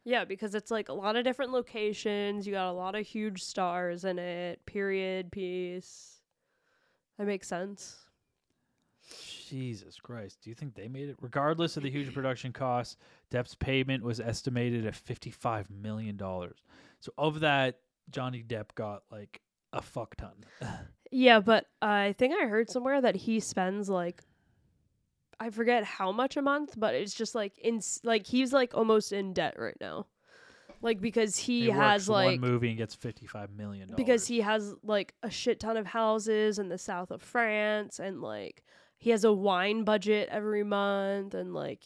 [SPEAKER 3] Yeah, because it's like a lot of different locations. You got a lot of huge stars in it. Period piece. That makes sense.
[SPEAKER 2] Jesus Christ. Do you think they made it? Regardless of the huge production costs, Depp's payment was estimated at $55 million. So, of that, Johnny Depp got like a fuck ton.
[SPEAKER 3] Yeah, but I think I heard somewhere that he spends like I forget how much a month, but it's just like in like he's like almost in debt right now. Like because he
[SPEAKER 2] He
[SPEAKER 3] has
[SPEAKER 2] works
[SPEAKER 3] like
[SPEAKER 2] one movie and gets $55 million.
[SPEAKER 3] because he has like a shit ton of houses in the south of France and like he has a wine budget every month and like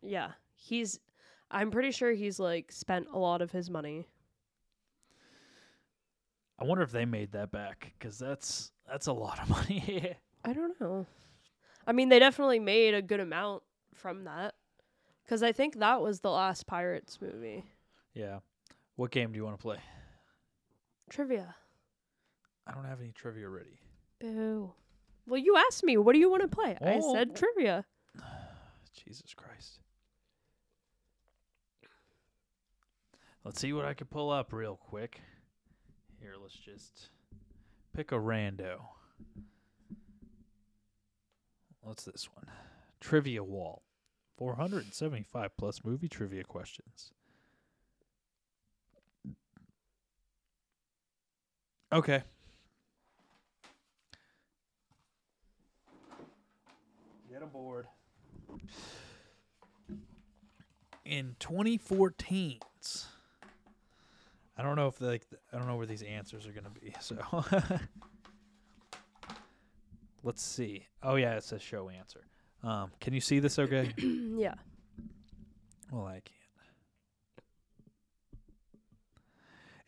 [SPEAKER 3] yeah, he's I'm pretty sure he's like spent a lot of his money.
[SPEAKER 2] I wonder if they made that back because that's that's a lot of money. <laughs>
[SPEAKER 3] I don't know. I mean, they definitely made a good amount from that. Because I think that was the last Pirates movie.
[SPEAKER 2] yeah. What game do you want to play?
[SPEAKER 3] Trivia.
[SPEAKER 2] I don't have any trivia ready.
[SPEAKER 3] Boo. Well, you asked me, what do you want to play? I
[SPEAKER 2] Oh.
[SPEAKER 3] said trivia. <clears throat>
[SPEAKER 2] Jesus Christ. Let's see what I can pull up real quick. Here, let's just pick a rando. What's this one? Trivia wall. 475 plus movie trivia questions. Okay. Get aboard. in 2014. I don't know if like th- I don't know where these answers are gonna be. <laughs> So let's see. Oh yeah, it says show answer. Um, can you see this?
[SPEAKER 3] <clears throat>
[SPEAKER 2] Okay.
[SPEAKER 3] yeah.
[SPEAKER 2] well, I can't.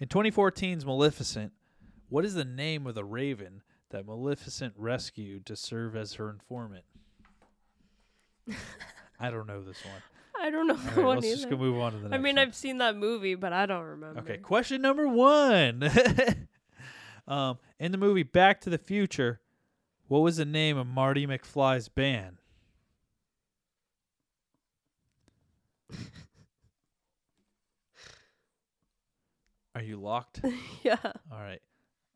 [SPEAKER 2] In 2014's Maleficent, what is the name of the raven that Maleficent rescued to serve as her
[SPEAKER 3] <laughs>
[SPEAKER 2] informant? I don't know this
[SPEAKER 3] <laughs>
[SPEAKER 2] one.
[SPEAKER 3] I don't know
[SPEAKER 2] All
[SPEAKER 3] that
[SPEAKER 2] right,
[SPEAKER 3] one
[SPEAKER 2] let's
[SPEAKER 3] either.
[SPEAKER 2] just go move on to the
[SPEAKER 3] I
[SPEAKER 2] next
[SPEAKER 3] mean,
[SPEAKER 2] one.
[SPEAKER 3] I've seen that movie, but I don't remember.
[SPEAKER 2] Okay, question number one. <laughs> um, in the movie Back to the Future, what was the name of Marty McFly's band? Are you
[SPEAKER 3] <laughs>
[SPEAKER 2] locked?
[SPEAKER 3] <laughs> Yeah.
[SPEAKER 2] All right.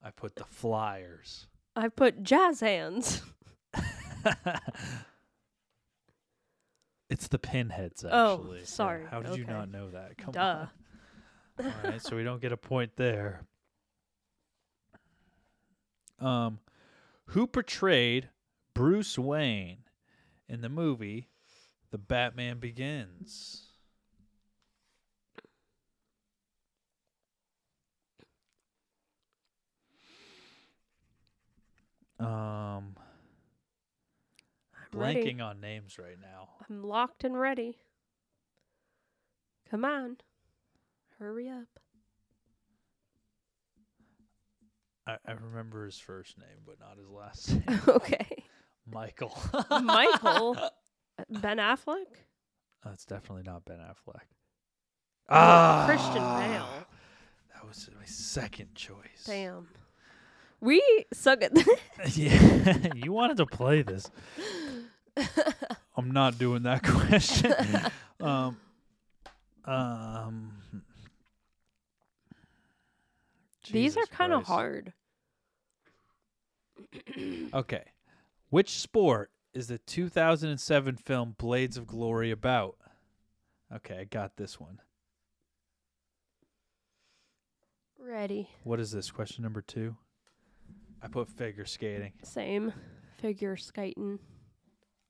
[SPEAKER 2] I put the Flyers. <laughs>
[SPEAKER 3] I put jazz hands.
[SPEAKER 2] It's the Pinheads,
[SPEAKER 3] Oh,
[SPEAKER 2] actually. Yeah,
[SPEAKER 3] sorry.
[SPEAKER 2] How did you
[SPEAKER 3] Okay.
[SPEAKER 2] not know that? Come
[SPEAKER 3] Duh.
[SPEAKER 2] on. All right, so we don't get a point there. Um, who portrayed Bruce Wayne in the movie The Batman Begins? Um, blanking
[SPEAKER 3] ready.
[SPEAKER 2] on names right now.
[SPEAKER 3] I'm locked and ready. Come on. Hurry up. <laughs>
[SPEAKER 2] I, I remember his first name, but not his last <laughs> name.
[SPEAKER 3] Okay.
[SPEAKER 2] Michael. <laughs>
[SPEAKER 3] Michael. Ben Affleck?
[SPEAKER 2] That's definitely not Ben Affleck.
[SPEAKER 3] Christian
[SPEAKER 2] Ah,
[SPEAKER 3] Bale.
[SPEAKER 2] That was my second choice.
[SPEAKER 3] Damn. We suck at <laughs> this.
[SPEAKER 2] <laughs> yeah, you wanted to play this. I'm not doing that <laughs>
[SPEAKER 3] <laughs>
[SPEAKER 2] question. um, um,
[SPEAKER 3] These are
[SPEAKER 2] Jesus
[SPEAKER 3] kind of
[SPEAKER 2] Christ.
[SPEAKER 3] hard.
[SPEAKER 2] Okay. Which sport is the 2007 film Blades of Glory about? Okay, I got this one.
[SPEAKER 3] Ready.
[SPEAKER 2] What is this? Question number two? I put figure skating.
[SPEAKER 3] Same. Figure skating.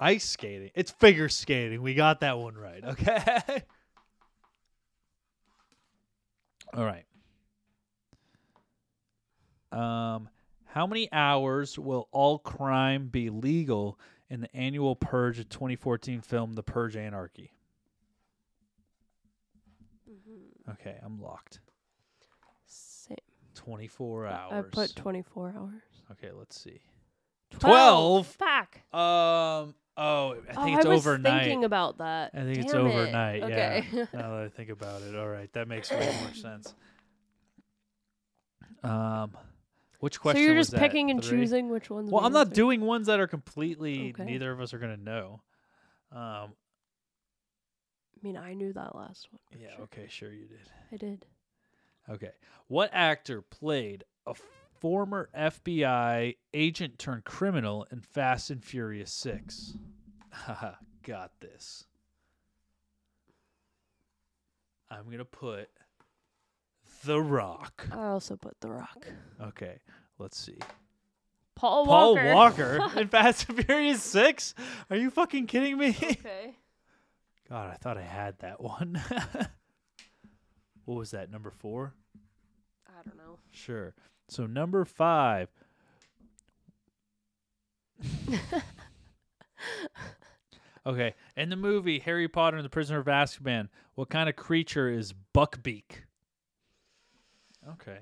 [SPEAKER 2] Ice skating. It's figure skating. We got that one right. <laughs> Okay. All right. Um, how many hours will all crime be legal in the annual Purge of 2014 film The Purge Anarchy.
[SPEAKER 3] Mm-hmm.
[SPEAKER 2] Okay, I'm locked.
[SPEAKER 3] Same.
[SPEAKER 2] 24 hours.
[SPEAKER 3] I put 24 hours.
[SPEAKER 2] Okay, let's see. 12.
[SPEAKER 3] 12. Fuck.
[SPEAKER 2] Um. Oh, I think
[SPEAKER 3] Oh,
[SPEAKER 2] it's
[SPEAKER 3] I was
[SPEAKER 2] overnight.
[SPEAKER 3] thinking about that.
[SPEAKER 2] I think it's
[SPEAKER 3] Damn it.
[SPEAKER 2] overnight. <laughs> Yeah.
[SPEAKER 3] Okay.
[SPEAKER 2] now that I think about it, all right, that makes way
[SPEAKER 3] <laughs>
[SPEAKER 2] more sense. Um, which
[SPEAKER 3] So
[SPEAKER 2] question?
[SPEAKER 3] you're
[SPEAKER 2] was
[SPEAKER 3] just
[SPEAKER 2] that?
[SPEAKER 3] picking and
[SPEAKER 2] Three?
[SPEAKER 3] choosing which ones
[SPEAKER 2] Well,
[SPEAKER 3] we
[SPEAKER 2] I'm not
[SPEAKER 3] answer.
[SPEAKER 2] doing ones that are completely
[SPEAKER 3] Okay.
[SPEAKER 2] neither of us are gonna know. Um.
[SPEAKER 3] I mean, I knew that last one.
[SPEAKER 2] Yeah. Okay. Sure, you did.
[SPEAKER 3] I did.
[SPEAKER 2] Okay. What actor played a former FBI agent turned criminal in Fast and Furious 6? Haha, <laughs> got this. I'm going to put The Rock.
[SPEAKER 3] I also put The Rock.
[SPEAKER 2] Okay, let's see.
[SPEAKER 3] Paul
[SPEAKER 2] Paul
[SPEAKER 3] Walker.
[SPEAKER 2] Walker in Fast and Furious 6? Are you fucking kidding me? <laughs>
[SPEAKER 3] <laughs> okay.
[SPEAKER 2] God, I thought I had that <laughs> one. what was that, number four?
[SPEAKER 3] I don't know.
[SPEAKER 2] Sure. So number
[SPEAKER 3] <laughs>
[SPEAKER 2] five. okay. In the movie Harry Potter and the Prisoner of Azkaban, what kind of creature is Buckbeak? Okay.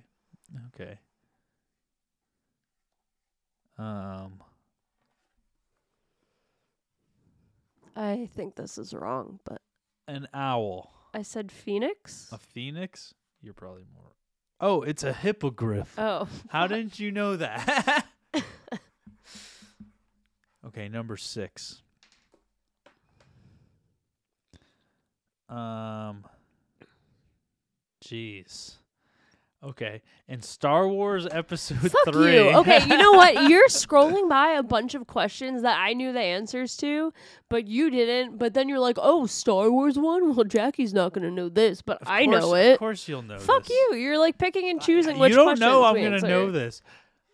[SPEAKER 2] Okay. Um.
[SPEAKER 3] I think this is wrong, but
[SPEAKER 2] An owl.
[SPEAKER 3] I said Phoenix.
[SPEAKER 2] A phoenix? You're probably more. Oh, it's a hippogriff. <laughs>
[SPEAKER 3] Oh.
[SPEAKER 2] How didn't you know
[SPEAKER 3] <laughs>
[SPEAKER 2] that? <laughs> okay, number six. Um. Jeez. Okay, in Star Wars Episode
[SPEAKER 3] Fuck
[SPEAKER 2] Three.
[SPEAKER 3] you.
[SPEAKER 2] <laughs>
[SPEAKER 3] Okay, you know what? You're scrolling by a bunch of questions that I knew the answers to, but you didn't. But then you're like, "Oh, Star Wars one. Well, Jackie's not gonna know this, but I know
[SPEAKER 2] course-
[SPEAKER 3] it.
[SPEAKER 2] Of course, you'll know.
[SPEAKER 3] Fuck
[SPEAKER 2] Oh, this. Uh,
[SPEAKER 3] you. You're like picking and choosing which
[SPEAKER 2] you don't
[SPEAKER 3] questions
[SPEAKER 2] know I'm
[SPEAKER 3] we
[SPEAKER 2] gonna
[SPEAKER 3] answer.
[SPEAKER 2] know this.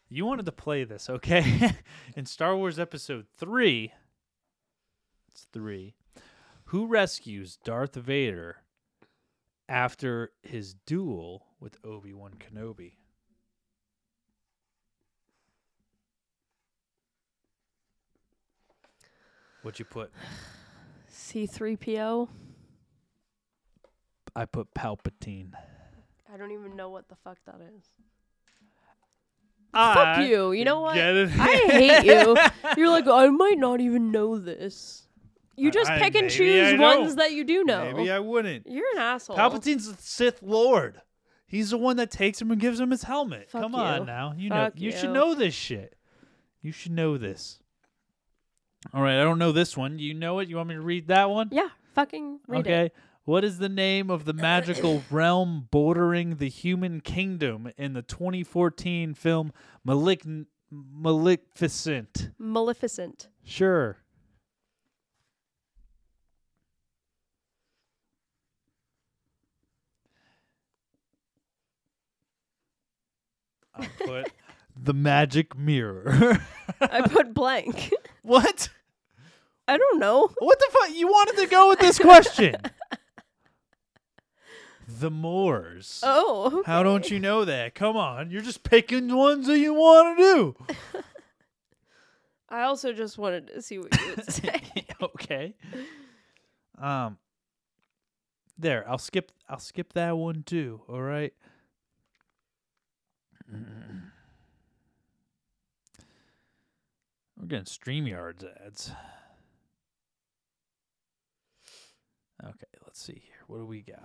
[SPEAKER 2] You wanted to play this, okay? <laughs> In Star Wars Episode Three, it's three. Who rescues Darth Vader after his duel with Obi Wan Kenobi? What'd you put?
[SPEAKER 3] C3PO.
[SPEAKER 2] I put Palpatine.
[SPEAKER 3] I don't even know what the fuck that is.
[SPEAKER 2] I
[SPEAKER 3] fuck you. You know what?
[SPEAKER 2] Ah, get it.
[SPEAKER 3] I
[SPEAKER 2] <laughs>
[SPEAKER 3] hate you. You're like, I might not even know this. You just
[SPEAKER 2] Uh, I-
[SPEAKER 3] pick and
[SPEAKER 2] maybe
[SPEAKER 3] choose
[SPEAKER 2] I
[SPEAKER 3] ones
[SPEAKER 2] don't.
[SPEAKER 3] that you do know.
[SPEAKER 2] <laughs> Maybe I wouldn't.
[SPEAKER 3] You're an asshole.
[SPEAKER 2] Palpatine's the Sith Lord. He's the one that takes him and gives him his helmet.
[SPEAKER 3] Fuck
[SPEAKER 2] Come on
[SPEAKER 3] you.
[SPEAKER 2] now. You
[SPEAKER 3] Fuck
[SPEAKER 2] know you. should
[SPEAKER 3] you.
[SPEAKER 2] know this shit. You should know this. All right, I don't know this one. You know it? You want me to read that one?
[SPEAKER 3] Yeah, fucking read
[SPEAKER 2] okay.
[SPEAKER 3] it.
[SPEAKER 2] What is the name of the
[SPEAKER 3] <coughs>
[SPEAKER 2] magical realm bordering the human kingdom in the 2014 film Malign- Maleficent? <laughs>
[SPEAKER 3] Maleficent.
[SPEAKER 2] Sure. I put <laughs> the magic mirror. <laughs>
[SPEAKER 3] I put blank. <laughs>
[SPEAKER 2] what?
[SPEAKER 3] I don't know.
[SPEAKER 2] What the fuck? You wanted to go with this question. the Moors.
[SPEAKER 3] Oh.
[SPEAKER 2] How don't you know that? Come on. You're just picking ones that you want to do.
[SPEAKER 3] I also just wanted to see what you
[SPEAKER 2] <laughs>
[SPEAKER 3] would say.
[SPEAKER 2] okay. Um there, I'll skip I'll skip that one too, all right? We're getting StreamYard's ads. Okay, let's see here. What do we got?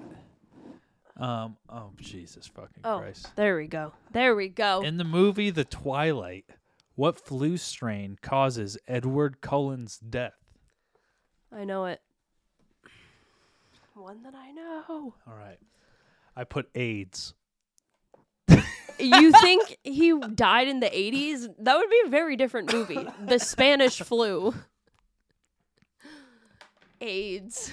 [SPEAKER 2] Um oh Jesus fucking
[SPEAKER 3] oh,
[SPEAKER 2] Christ.
[SPEAKER 3] there we go. There we go.
[SPEAKER 2] In the movie The Twilight, what flu strain causes Edward Cullen's death?
[SPEAKER 3] I know it. One that I know.
[SPEAKER 2] All right. I put AIDS.
[SPEAKER 3] <laughs> you think he died in the 80s? That would be a very different movie. The Spanish flu. AIDS.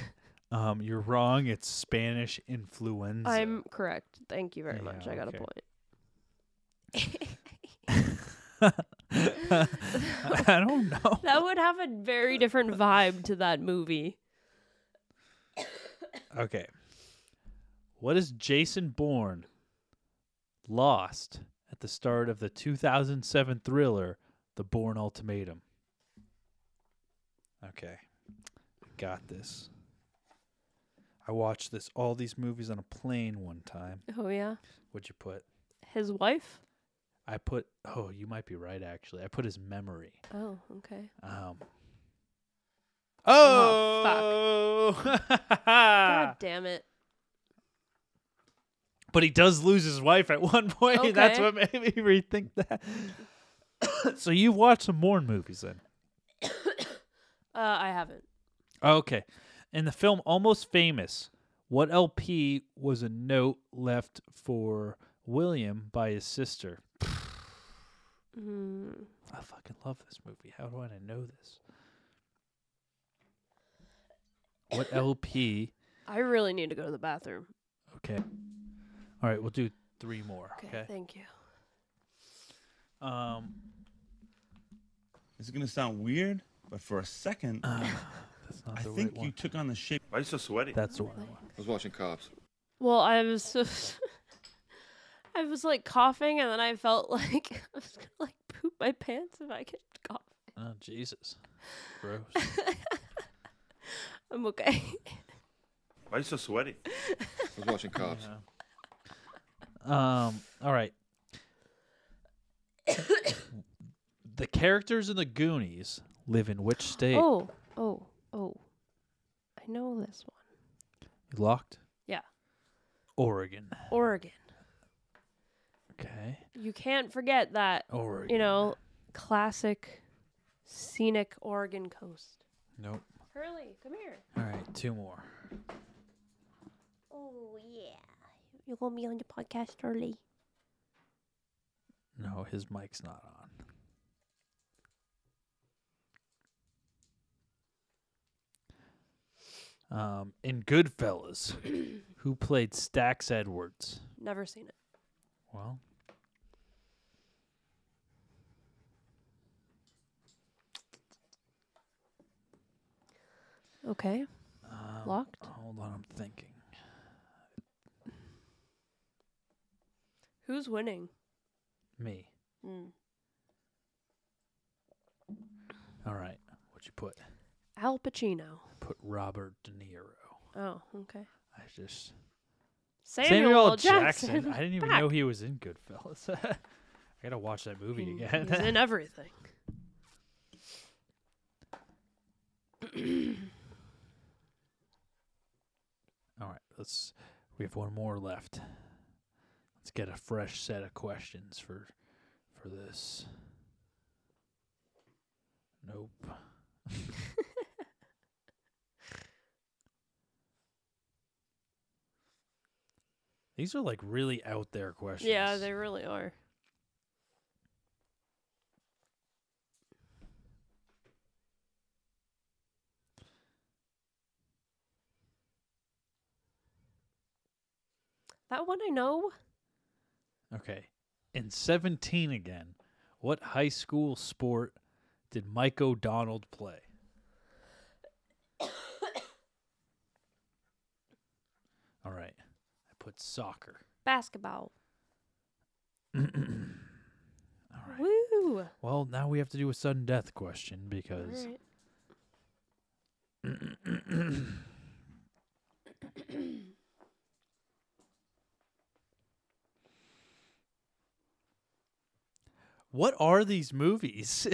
[SPEAKER 2] Um, you're wrong. It's Spanish influenza.
[SPEAKER 3] I'm correct. Thank you very much. I got
[SPEAKER 2] okay.
[SPEAKER 3] a point.
[SPEAKER 2] <laughs> I don't know.
[SPEAKER 3] That would have a very different vibe to that movie.
[SPEAKER 2] Okay. What is Jason Bourne lost at the start of the 2007 thriller, The Bourne Ultimatum? Okay. I got this. I watched this all these movies on a plane one time.
[SPEAKER 3] Oh yeah.
[SPEAKER 2] What'd you put?
[SPEAKER 3] His wife?
[SPEAKER 2] I put oh, you might be right actually. I put his memory.
[SPEAKER 3] Oh, okay.
[SPEAKER 2] Um <laughs>
[SPEAKER 3] Oh, fuck.
[SPEAKER 2] Ah.
[SPEAKER 3] God damn it.
[SPEAKER 2] but he does lose his wife at one point. <laughs> That's
[SPEAKER 3] Okay.
[SPEAKER 2] what made me rethink that. <coughs> so you've watched some Bourne movies then.
[SPEAKER 3] Uh I haven't.
[SPEAKER 2] Okay. In the film Almost Famous, what LP was a note left for William by his sister?
[SPEAKER 3] Mm.
[SPEAKER 2] I fucking love this movie. How do I not know this? What LP?
[SPEAKER 3] I really need to go to the bathroom.
[SPEAKER 2] Okay. All right, we'll do three more.
[SPEAKER 3] Okay,
[SPEAKER 2] Okay.
[SPEAKER 3] thank you.
[SPEAKER 2] Um,
[SPEAKER 10] This is gonna sound weird, but for a second, I
[SPEAKER 2] the right
[SPEAKER 10] think you
[SPEAKER 2] one.
[SPEAKER 10] took on the shape. Why are you so sweaty?
[SPEAKER 2] That's
[SPEAKER 3] Oh
[SPEAKER 2] the one. I
[SPEAKER 10] was watching Cops.
[SPEAKER 3] Well, I was <laughs> I was like coughing and then I felt <laughs> like I was gonna like poop my pants if I kept coughing.
[SPEAKER 2] Oh
[SPEAKER 3] <laughs>
[SPEAKER 2] Jesus. Gross.
[SPEAKER 3] I'm okay.
[SPEAKER 10] Why are you so sweaty? I was watching Cops.
[SPEAKER 2] Um. All right. <coughs> the characters in the Goonies live in which state?
[SPEAKER 3] Oh, oh, oh. I know this one.
[SPEAKER 2] You Locked.
[SPEAKER 3] Yeah.
[SPEAKER 2] Oregon.
[SPEAKER 3] Oregon.
[SPEAKER 2] Okay.
[SPEAKER 3] You can't forget that
[SPEAKER 2] Oregon.
[SPEAKER 3] you know, classic scenic Oregon coast.
[SPEAKER 2] Nope.
[SPEAKER 3] Hurley, come here.
[SPEAKER 2] All right. Two more.
[SPEAKER 3] Oh yeah. You're gonna be on the podcast early.
[SPEAKER 2] No, his mic's not on. Um, in
[SPEAKER 3] <clears throat>
[SPEAKER 2] Goodfellas, who played Stax Edwards?
[SPEAKER 3] Never seen it.
[SPEAKER 2] Well,
[SPEAKER 3] Okay.
[SPEAKER 2] um,
[SPEAKER 3] Locked?
[SPEAKER 2] Hold on, I'm thinking.
[SPEAKER 3] Who's winning?
[SPEAKER 2] Me. hmm.
[SPEAKER 3] Mm.
[SPEAKER 2] All right. What'd you put?
[SPEAKER 3] Al Pacino.
[SPEAKER 2] Put Robert De Niro.
[SPEAKER 3] Oh, okay.
[SPEAKER 2] I just
[SPEAKER 3] Samuel, L. Jackson.
[SPEAKER 2] I didn't even
[SPEAKER 3] Back.
[SPEAKER 2] know he was in Goodfellas. <laughs> I gotta watch that movie
[SPEAKER 3] Mm,
[SPEAKER 2] again.
[SPEAKER 3] He's in everything.
[SPEAKER 2] <laughs> All right, let's. We have one more left. Let's get a fresh set of questions for for this. Nope.
[SPEAKER 3] <laughs>
[SPEAKER 2] These are like really out there questions.
[SPEAKER 3] Yeah, they really are. That one I know.
[SPEAKER 2] Okay. In 17 again, what high school sport did Mike O'Donnell play? <coughs> All right. I put soccer. <clears throat>
[SPEAKER 3] Basketball.
[SPEAKER 2] All right.
[SPEAKER 3] Woo!
[SPEAKER 2] Well, now we have to do a sudden death question because
[SPEAKER 3] Alright.
[SPEAKER 2] what are these movies?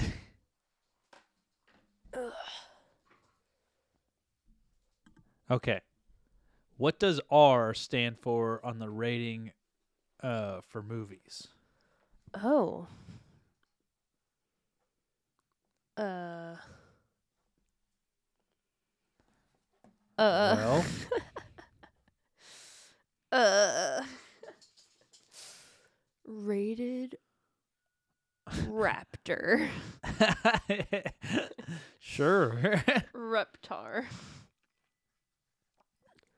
[SPEAKER 2] <laughs> okay. What does R stand for on the rating uh, for movies?
[SPEAKER 3] Oh. Uh. Uh. uh. Rated Raptor.
[SPEAKER 2] <laughs> sure.
[SPEAKER 3] <laughs>
[SPEAKER 2] <laughs>
[SPEAKER 3] Reptar.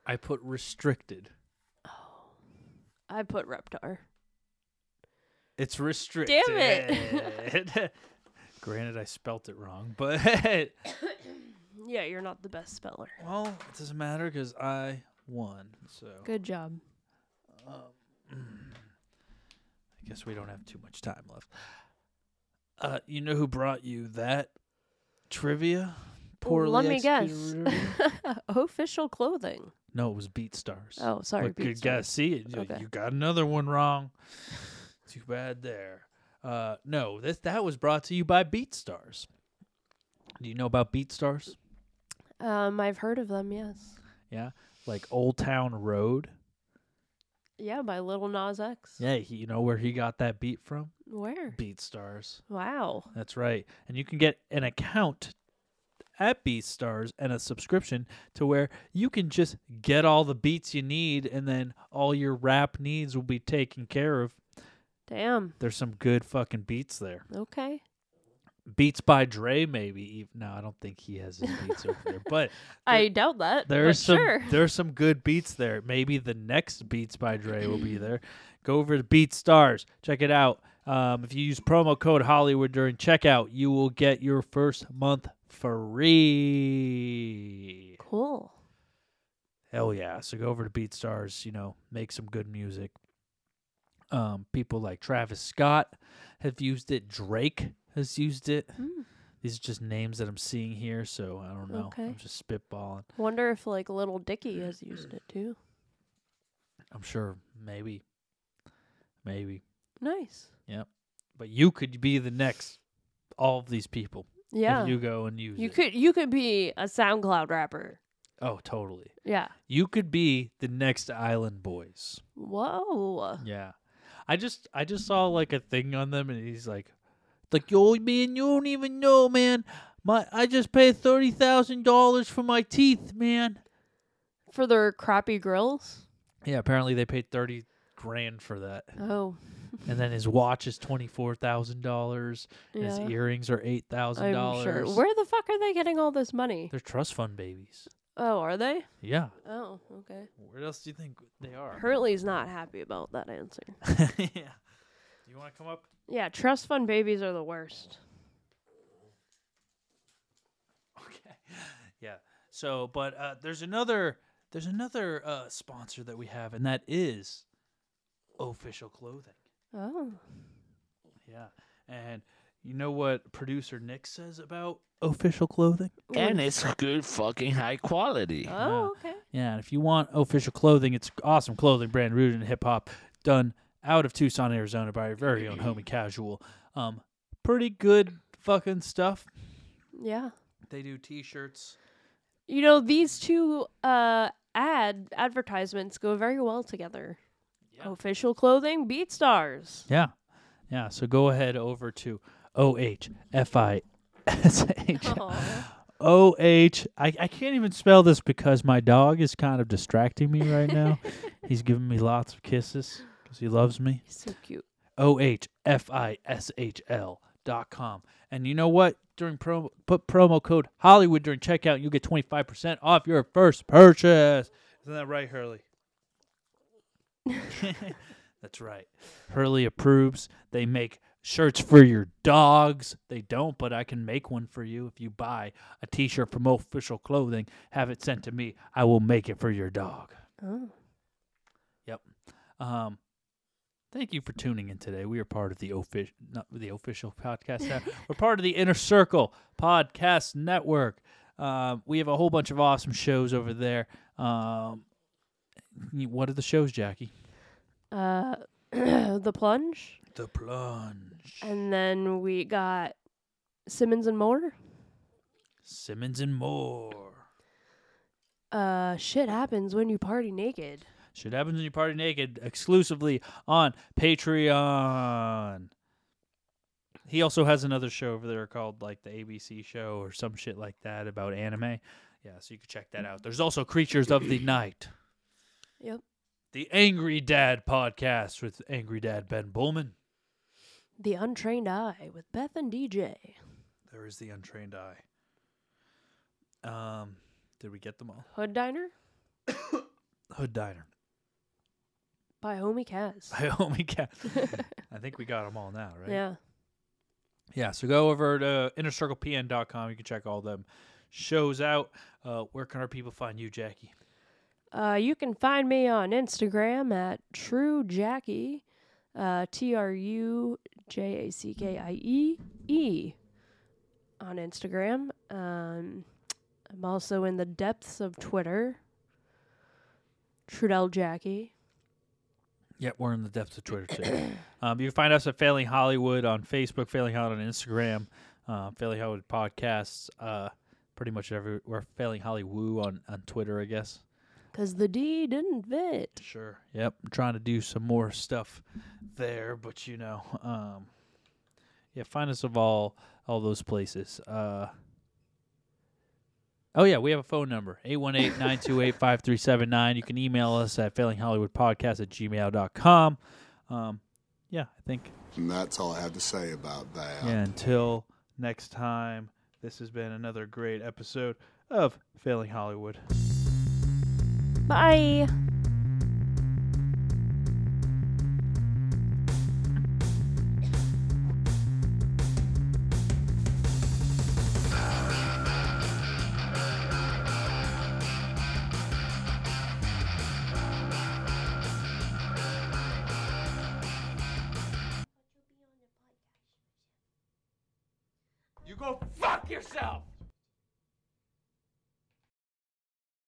[SPEAKER 2] I put restricted.
[SPEAKER 3] I put Reptar.
[SPEAKER 2] It's restricted.
[SPEAKER 3] it.
[SPEAKER 2] <laughs> Granted, I spelt it wrong, but <laughs> it
[SPEAKER 3] Yeah, you're not the best speller.
[SPEAKER 2] Well, doesn't matter because I won. So
[SPEAKER 3] Good job.
[SPEAKER 2] I guess we don't have too much time left. Uh, you know who brought you that trivia poorly
[SPEAKER 3] Let me
[SPEAKER 2] exterior.
[SPEAKER 3] guess. Official clothing.
[SPEAKER 2] No, it was Beat Stars.
[SPEAKER 3] Oh, sorry,
[SPEAKER 2] But you
[SPEAKER 3] Beat
[SPEAKER 2] gotta
[SPEAKER 3] Stars.
[SPEAKER 2] see it. You,
[SPEAKER 3] Okay.
[SPEAKER 2] you got another one wrong. <laughs> Too bad there. Uh, no, this that was brought to you by Beat Stars. Do you know about Beat Stars?
[SPEAKER 3] Um, I've heard of them. Yes.
[SPEAKER 2] Yeah, like Old Town Road.
[SPEAKER 3] Yeah, by Little Nas X.
[SPEAKER 2] Yeah, he, you know where he got that beat from?
[SPEAKER 3] Where?
[SPEAKER 2] Beat Stars.
[SPEAKER 3] Wow.
[SPEAKER 2] That's right. And you can get an account at BeatStars and a subscription to where you can just get all the beats you need and then all your rap needs will be taken care of.
[SPEAKER 3] Damn.
[SPEAKER 2] There's some good fucking beats there.
[SPEAKER 3] Okay.
[SPEAKER 2] Beats by Dre maybe. ev- No, I don't think he has his beats over there. But
[SPEAKER 3] <laughs> I doubt that.
[SPEAKER 2] there's
[SPEAKER 3] but
[SPEAKER 2] some
[SPEAKER 3] Sure.
[SPEAKER 2] there's some good beats there. Maybe the next Beats by Dre will
[SPEAKER 3] <clears throat>
[SPEAKER 2] be there. Go over to Beat Stars, check it out. Um, if you use promo code Hollywood during checkout, you will get your first month free.
[SPEAKER 3] Cool.
[SPEAKER 2] Hell yeah! So go over to Beat Stars. You know, make some good music. Um, people like Travis Scott have used it. Drake has used it.
[SPEAKER 3] Hmm.
[SPEAKER 2] These are just names that I'm seeing here, so I don't know.
[SPEAKER 3] Okay.
[SPEAKER 2] I'm just spitballing.
[SPEAKER 3] Wonder if like Little Dicky has used it too.
[SPEAKER 2] I'm sure. Maybe. Maybe.
[SPEAKER 3] Nice.
[SPEAKER 2] Yep. But you could be the next all of these people. if
[SPEAKER 3] Yeah.
[SPEAKER 2] you go and use
[SPEAKER 3] You
[SPEAKER 2] it.
[SPEAKER 3] could you could be a SoundCloud rapper.
[SPEAKER 2] Oh, totally.
[SPEAKER 3] Yeah.
[SPEAKER 2] You could be the next Island Boys.
[SPEAKER 3] Whoa.
[SPEAKER 2] Yeah. I just I just saw like a thing on them and he's like like yo man, you don't even know, man. My I just paid thirty thousand dollars for my teeth, man.
[SPEAKER 3] For their crappy grills.
[SPEAKER 2] Yeah, apparently they paid thirty grand for that.
[SPEAKER 3] Oh.
[SPEAKER 2] and then his watch is twenty four thousand dollars. and His
[SPEAKER 3] Yeah.
[SPEAKER 2] earrings are eight thousand
[SPEAKER 3] I'm sure.
[SPEAKER 2] dollars.
[SPEAKER 3] Where the fuck are they getting all this money?
[SPEAKER 2] They're trust fund babies.
[SPEAKER 3] Oh, are they?
[SPEAKER 2] Yeah.
[SPEAKER 3] Oh, okay.
[SPEAKER 2] Where else do you think they are?
[SPEAKER 3] Hurley's not happy about that answer.
[SPEAKER 2] <laughs> yeah. You want to come up?
[SPEAKER 3] <laughs> Yeah, trust fund babies are the worst.
[SPEAKER 2] Yeah. So, but uh, there's another there's another uh, sponsor that we have, and that is official clothing.
[SPEAKER 3] Oh.
[SPEAKER 2] Yeah. And you know what producer Nick says about official clothing?
[SPEAKER 5] And it's good fucking high quality.
[SPEAKER 3] Oh, okay.
[SPEAKER 2] Yeah, and if you want official clothing, it's awesome clothing brand rooted in hip hop, done out of Tucson, Arizona, by our very own homie Casual. Um, pretty good fucking stuff.
[SPEAKER 3] Yeah.
[SPEAKER 2] They do T-shirts.
[SPEAKER 3] You know, these two uh ad advertisements go very well together. Official clothing, beat stars.
[SPEAKER 2] Yeah, yeah. So go ahead over to O H F I S H O H. I I can't even spell this because my dog is kind of distracting me right now. He's giving me lots of kisses because he loves me.
[SPEAKER 3] He's so cute.
[SPEAKER 2] O H F I S H L dot com. And you know what? During promo put promo code Hollywood during checkout, you'll get twenty five percent off your first purchase. Isn't that right, Hurley? <laughs> That's right. Hurley approves. They make shirts for your dogs. They don't, but I can make one for you if you buy a t shirt from official clothing, have it sent to me. I will make it for your dog.
[SPEAKER 3] Oh.
[SPEAKER 2] Yep. Um, thank you for tuning in today. We are part of the official, not the official podcast. Now. We're part of the Inner Circle Podcast Network. Um, we have a whole bunch of awesome shows over there. Um, y- what are the shows, Jackie?
[SPEAKER 3] Uh <clears throat> the plunge.
[SPEAKER 2] The Plunge,
[SPEAKER 3] And then we got Simmons and Moore.
[SPEAKER 2] Simmons and More.
[SPEAKER 3] Uh shit happens when you party naked.
[SPEAKER 2] Shit happens when you party naked. Exclusively on Patreon. He also has another show over there called like the ABC show or some shit like that about anime. Yeah, so you can check that out. There's also Creatures of the Night,
[SPEAKER 3] Yep.
[SPEAKER 2] the Angry Dad podcast with Angry Dad Ben Bullman.
[SPEAKER 3] The Untrained Eye with Beth and DJ.
[SPEAKER 2] There is the Untrained Eye. Um, did we get them all?
[SPEAKER 3] Hood Diner
[SPEAKER 2] Hood Diner. <laughs>
[SPEAKER 3] by Homie Kaz.
[SPEAKER 2] I only got. I think we got them all now, right?
[SPEAKER 3] Yeah.
[SPEAKER 2] Yeah, so go over to innercirclepn.com. You can check all them shows out. Uh, where can our people find you, Jackie?
[SPEAKER 3] Uh, you can find me on Instagram at True Jackie, uh, T R U J A C K I E E on Instagram. Um, I'm also in the depths of Twitter. Trudell Jackie.
[SPEAKER 2] Yep, we're in the depths of Twitter too. <coughs> um, you can find us at Failing Hollywood on Facebook, Failing Hollywood on Instagram, uh, Failing Hollywood podcasts. Uh, pretty much every we're Failing Hollywood on on Twitter, I guess.
[SPEAKER 3] Because the D didn't fit.
[SPEAKER 2] Sure. Yep, I'm trying to do some more stuff there, but you know, um, yeah, find us of all all those places. Uh, oh yeah, we have a phone number 818-928-5379. You can email us at failinghollywoodpodcast at gmail.com. Um, yeah, I think.
[SPEAKER 9] And that's all I have to say about that.
[SPEAKER 2] Yeah, until next time, this has been another great episode of Failing Hollywood.
[SPEAKER 3] Bye.
[SPEAKER 1] You go fuck yourself!